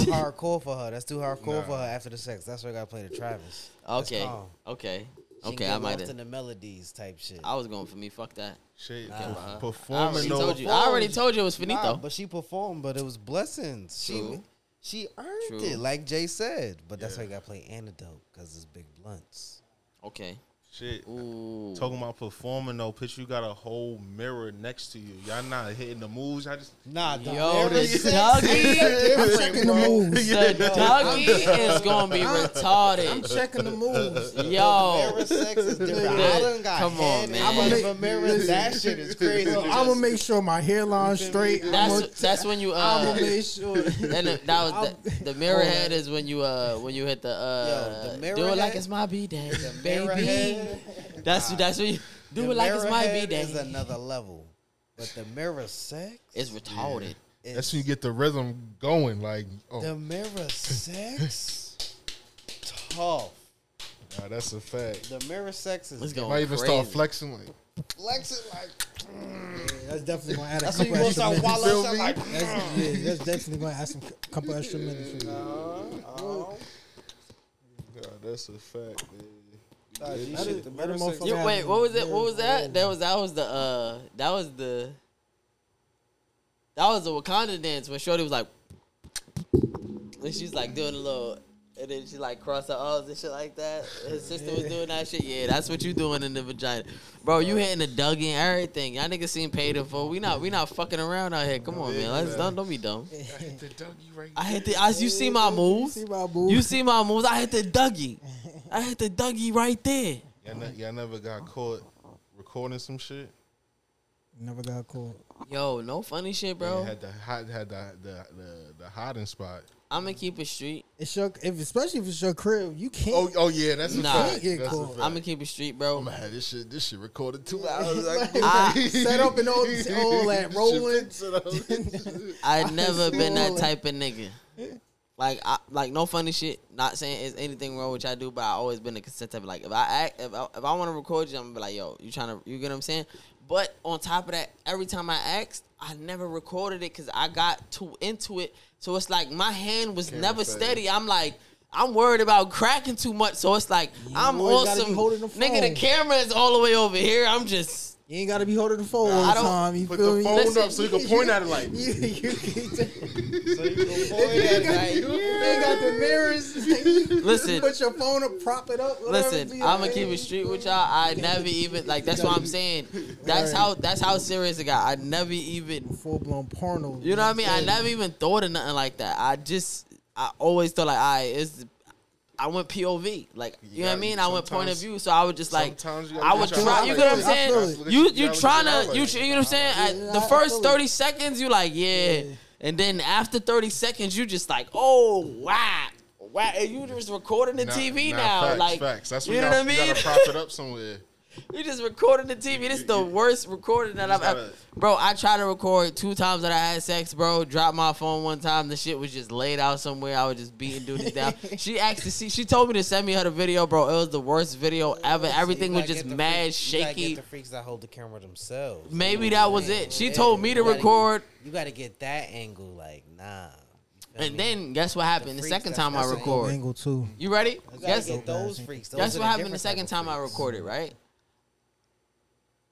S1: my memories.
S3: hardcore for her. That's too hardcore
S5: Nah.
S3: for her after the sex. That's why I gotta play the Travis. That's
S1: Okay,
S3: calm.
S1: okay,
S3: She can
S1: okay.
S3: get
S1: I might
S3: lost
S1: have.
S3: in the melodies type shit.
S1: I was going for me. Fuck that.
S5: Shit,
S3: Nah.
S5: per-
S1: I already
S5: performing
S1: told
S5: though.
S1: you. I already
S3: Performance.
S1: told you it was
S3: Nah,
S1: finito.
S3: but she performed, but it was blessings.
S1: True.
S3: She she earned
S1: True.
S3: it, like Jay said. But that's why
S5: Yeah.
S3: you gotta play antidote because it's big blunts.
S1: Okay.
S5: Shit.
S1: Ooh.
S5: Talking about performing though, pitch you got a whole mirror next to you. Y'all not hitting the moves. I just
S3: Nah,
S1: Yo, the doggy,
S4: I'm *laughs* checking the
S1: *laughs*
S4: moves.
S1: the doggy is gonna be
S4: I'm
S1: retarded.
S4: checking the *laughs* moves.
S1: Yo,
S3: sex is different.
S1: Nigga,
S3: I done got
S1: come on,
S3: head
S1: man.
S3: I'm
S4: I'ma
S3: a mirror. That shit is crazy.
S4: So I'm gonna make sure my hairline's straight. I'm
S1: that's that's when you uh.
S4: gonna make sure.
S1: And the, that was the, the mirror
S4: Hold on.
S1: head is when you uh when you hit oh. the uh
S3: Yo, the mirror
S1: do it like
S3: head-
S1: it's my b day,
S3: mirror
S1: baby.
S3: head-
S1: That's that's what you do it like it's my b day.
S3: is another level, but the mirror sex
S1: It's retarded.
S3: is
S5: that's when you get the rhythm going. Like, oh,
S3: the mirror *laughs* sex tough.
S5: nah, that's a fact.
S3: The mirror sex is
S1: It's
S5: I
S1: going
S5: might even
S1: crazy.
S5: start flexing. Like,
S3: flexing like
S4: That's definitely gonna add a
S3: that's when
S4: couple
S3: you gonna
S4: extra minutes.
S3: start walling shit like.
S4: That's, yeah, that's definitely gonna add some c- couple extra minutes. For you.
S5: God, that's a fact, man.
S3: Nah, G,
S4: That
S3: shit,
S4: is-
S3: the
S4: that
S3: mirror
S4: is
S3: sex-
S4: motherfucker-
S1: You- wait, what was it? What was that? That was that was the uh that was the that was the Wakanda dance when Shorty was like and she's like doing a little and then she like cross her arms and shit like that. His sister was doing that shit. Yeah, that's what you doing in the vagina. Bro, you hitting the dug and everything. Y'all niggas seen paid in full. We not we not fucking around out here. Come on, man. Let's don't don't be dumb.
S5: The Dougie right
S1: I hit the I, you see my moves.
S4: See my moves?
S1: You see my moves. I hit the Dougie. I hit the Dougie right there.
S5: *laughs* Y'all, ne- y'all never got caught recording some shit.
S4: Never got caught.
S1: Yo, no funny shit, bro.
S5: And had the hot, had the the the, the hiding spot.
S1: I'm gonna keep it street.
S4: It's your, if, especially if it's your crib, you can't.
S5: Oh, oh yeah, that's a
S1: Nah.
S5: fact.
S4: Get
S5: That's a
S4: caught.
S5: fact.
S1: I'm gonna keep it street, bro.
S5: I'm gonna have this shit. This shit recorded two
S4: *laughs*
S5: hours.
S4: Like,
S1: *laughs*
S5: *laughs*
S1: I-
S4: set up and all, all that rolling. *laughs*
S1: I never been that
S4: rolling.
S1: type of nigga. Like, I, like no funny shit. Not saying it's anything wrong with what I do, but I always been a consent type. Like, if I act, if I, if I want to record you, I'm gonna be like, yo, you trying to, you get what I'm saying? But on top of that, every time I asked, I never recorded it because I got too into it. So it's like my hand was never
S5: faded.
S1: steady. I'm like. I'm worried about cracking too much, so it's like I'm
S4: always gotta be
S1: awesome.
S4: holding the
S1: Nigga, the
S4: phone.
S1: camera is all the way over here. I'm just
S4: You ain't gotta be holding the
S1: I
S4: phone all the
S1: don't-
S4: time. You
S5: Put
S4: feel
S5: the
S4: me?
S5: phone
S1: Listen,
S5: up so you can point at it like.
S4: You, *laughs* you,
S5: Oh, They
S4: got the
S1: *laughs*
S4: mirrors. you
S1: listen.
S4: Put your phone up, prop it up. whatever,
S1: Listen,
S4: do
S1: I'm
S4: your
S1: gonna
S4: thing.
S1: keep it street with y'all. I never even like. That's what I'm saying. That's how. That's how serious it got. I never even.
S4: full blown porno.
S1: You know what I mean? I never even thought of nothing like that. I just. I always thought like, I it's. I went POV, like you know what I
S5: Yeah,
S1: mean. I went point of
S5: sometimes-
S1: view, so I was just like,
S5: sometimes you gotta
S1: I
S5: get
S1: would
S5: your
S1: try. You get
S5: highlight.
S1: what I'm
S4: I feel
S1: saying?
S4: it.
S1: You
S5: You
S1: you
S5: gotta
S1: trying
S5: get your
S1: to you
S5: highlight.
S1: tr- you know what I'm saying? At
S4: Yeah,
S1: the
S4: I
S1: first
S4: feel it.
S1: 30 seconds, you like yeah, and then after 30 seconds, you just like oh wow. Wow, and you just recording the
S5: Nah,
S1: TV
S5: nah,
S1: now,
S5: facts,
S1: like
S5: facts. That's
S1: you
S5: what
S1: know
S5: y'all-
S1: what I
S5: You
S1: mean.
S5: gotta prop it up somewhere.
S1: We just recording the TV. This is the worst recording that I've ever. Bro, I tried to record two times that I had sex, bro. Dropped my phone one time. The shit was just laid out somewhere. I was just beating dudes down. She asked to see. She told me to send me her the video, bro. It was the worst video ever. Everything was just mad shaky.
S3: Get the freaks that hold the camera themselves.
S1: Maybe that was it. She told me to
S3: You gotta-
S1: record.
S3: You got to get that angle. Like, nah. You feel
S1: And
S3: me?
S1: then guess what happened the
S3: freaks,
S1: second
S3: that's-
S1: time I
S3: that's the
S1: record?
S4: Angle too.
S1: You ready?
S3: You gotta
S1: Guess
S3: get those freaks. Those
S1: That's
S3: are
S1: what happened the
S3: different
S1: second
S3: type of
S1: time I
S3: freaks.
S1: recorded, right?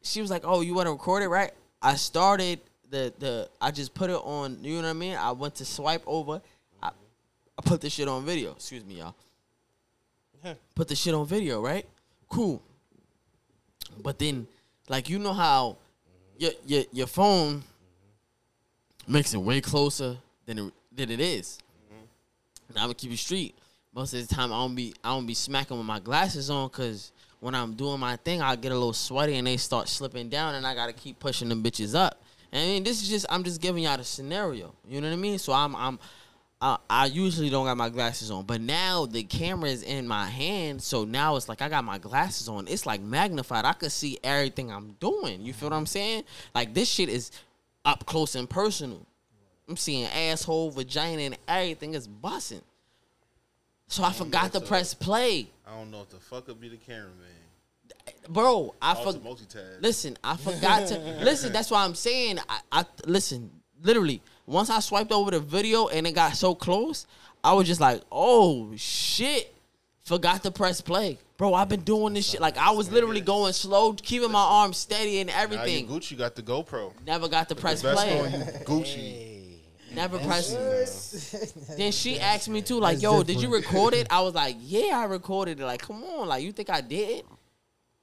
S1: She was like, "Oh, you want to record it, right?" I started the the I just put it on, you know what I mean? I went to swipe over. I, I put this shit on video. Excuse me,
S3: *laughs*
S1: y'all. Put the shit on video, right? Cool. But then like you know how your your your phone makes it way closer than it, than it is. Now I'm gonna keep it street. Most of the time, I don't be I don't be smacking with my glasses on because when I'm doing my thing, I get a little sweaty and they start slipping down, and I gotta keep pushing them bitches up. And I mean, this is just I'm just giving y'all the scenario. You know what I mean? So I'm I'm. I I usually don't got my glasses on, but now the camera is in my hand, so now it's like I got my glasses on. It's like magnified. I could see everything I'm doing. You feel what I'm saying? Like this shit is up close and personal. I'm seeing asshole, vagina, and everything is busting. So I forgot to
S5: Mm, that's a-
S1: press play,
S5: I don't know if the fuck would be the cameraman.
S1: bro. I
S5: Also
S1: forgot.
S5: multitask.
S1: Listen, I forgot
S5: *laughs*
S1: to listen. That's why I'm saying I, I listen. Literally, once I swiped over the video and it got so close, I was just like, "Oh shit!" Forgot to press play, bro. I've been doing this shit. Like I was literally going slow, keeping my arm steady and
S5: Now you
S1: everything.
S5: Gucci got the GoPro.
S1: Never got to press
S5: Best on
S1: play.
S5: you, Gucci.
S1: Never press.
S3: *laughs*
S1: Then she asked me too, like, "Yo, did you record it?" I was like, "Yeah, I recorded it." Like, come on, like you think I did?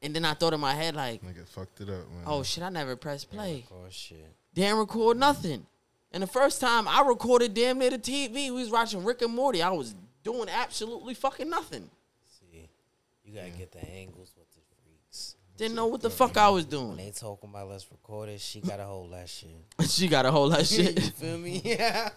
S1: And then I thought in my head, like,
S5: Nigga fucked it up, man.
S1: "Oh shit, I never pressed play."
S3: Oh, shit.
S1: didn't record nothing. And the first time I recorded damn near the TV, we was watching Rick and Morty. I was doing absolutely fucking nothing.
S3: See, you got to get the angles with the freaks.
S1: Didn't know what the fuck I was
S3: When
S1: doing. *laughs*
S3: they talking about let's record it, she got a whole lot shit.
S1: she got a whole lot of
S3: you
S1: *laughs* shit.
S3: feel me? *laughs* Yeah.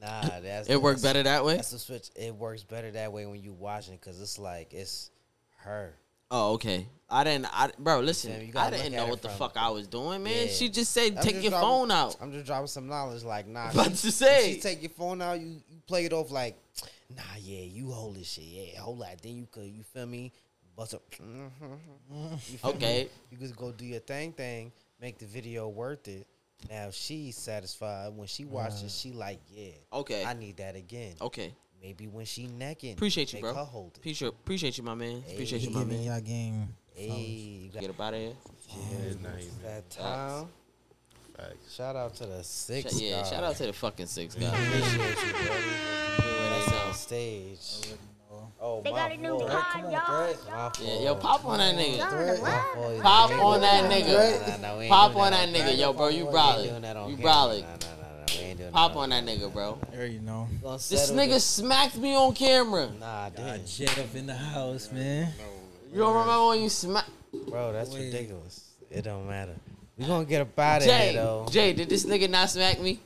S3: Nah, that's
S1: It worked
S3: that's-
S1: better that way.
S3: That's the switch. It works better that way when you watching because it's like it's her.
S1: Oh, okay. I didn't, I, bro. Listen,
S3: Yeah, you
S1: I
S3: gotta
S1: didn't
S3: look at
S1: know
S3: it
S1: what the
S3: from-
S1: fuck I was doing, man.
S3: Yeah.
S1: She just said,
S3: I'm
S1: "Take
S3: just
S1: your
S3: dropping-
S1: phone out."
S3: I'm just dropping some knowledge.
S1: *laughs*
S3: Like, nah.
S1: About
S3: she-
S1: to say.
S3: if she take your phone out. You, you play it off like, nah, yeah, you hold this shit, yeah, hold that. Then you could, you feel me? Bust up. *laughs* You feel me?
S1: Okay.
S3: You just go do your thing, thing. Make the video worth it. Now if she's satisfied when she watches. She like, yeah,
S1: Okay.
S3: I need that again.
S1: Okay.
S3: Maybe when she necking.
S1: Appreciate you,
S3: make
S1: bro.
S3: Her hold it.
S1: Appreciate, appreciate you, my man. Appreciate
S4: He
S1: you, my
S4: giving
S1: man.
S4: y'all game.
S3: Hey, you got
S1: Get up out of here.
S3: that time.
S5: Facts.
S3: Shout out to the six.
S1: Sh- yeah.
S3: guy.
S1: Shout out to the fucking six guys.
S3: Appreciate you, buddy.
S1: Where they
S3: That's on
S1: know.
S3: stage. Oh,
S6: They
S3: my
S6: got a new
S3: fault.
S6: car,
S3: Come on,
S6: y'all.
S3: Thread. My
S1: Yeah,
S3: fault.
S1: yo, pop on that nigga.
S6: John,
S3: My
S6: what?
S3: fault.
S1: Pop
S3: Yeah.
S1: on that
S3: Nah, nah, we
S1: nigga.
S3: ain't
S1: Pop
S3: doing
S1: on
S3: that
S1: that
S3: on
S1: nigga.
S3: camera.
S1: Yo, bro, you
S3: We ain't doing that
S1: brolic.
S3: on
S1: You
S3: camera.
S1: brolic.
S3: Nah, nah, nah, nah. We ain't doing
S1: Pop
S3: that
S1: on that nigga, bro.
S4: There you know.
S3: Gonna
S1: This
S3: settle
S1: nigga smacked me on camera.
S3: Nah, damn.
S4: Jet up in the house, man.
S1: You don't remember when you smacked
S3: Bro, that's
S4: Wait.
S3: ridiculous. It don't matter. We gonna get up out of here
S1: Jay?
S3: though.
S1: Jay, did this nigga not smack me?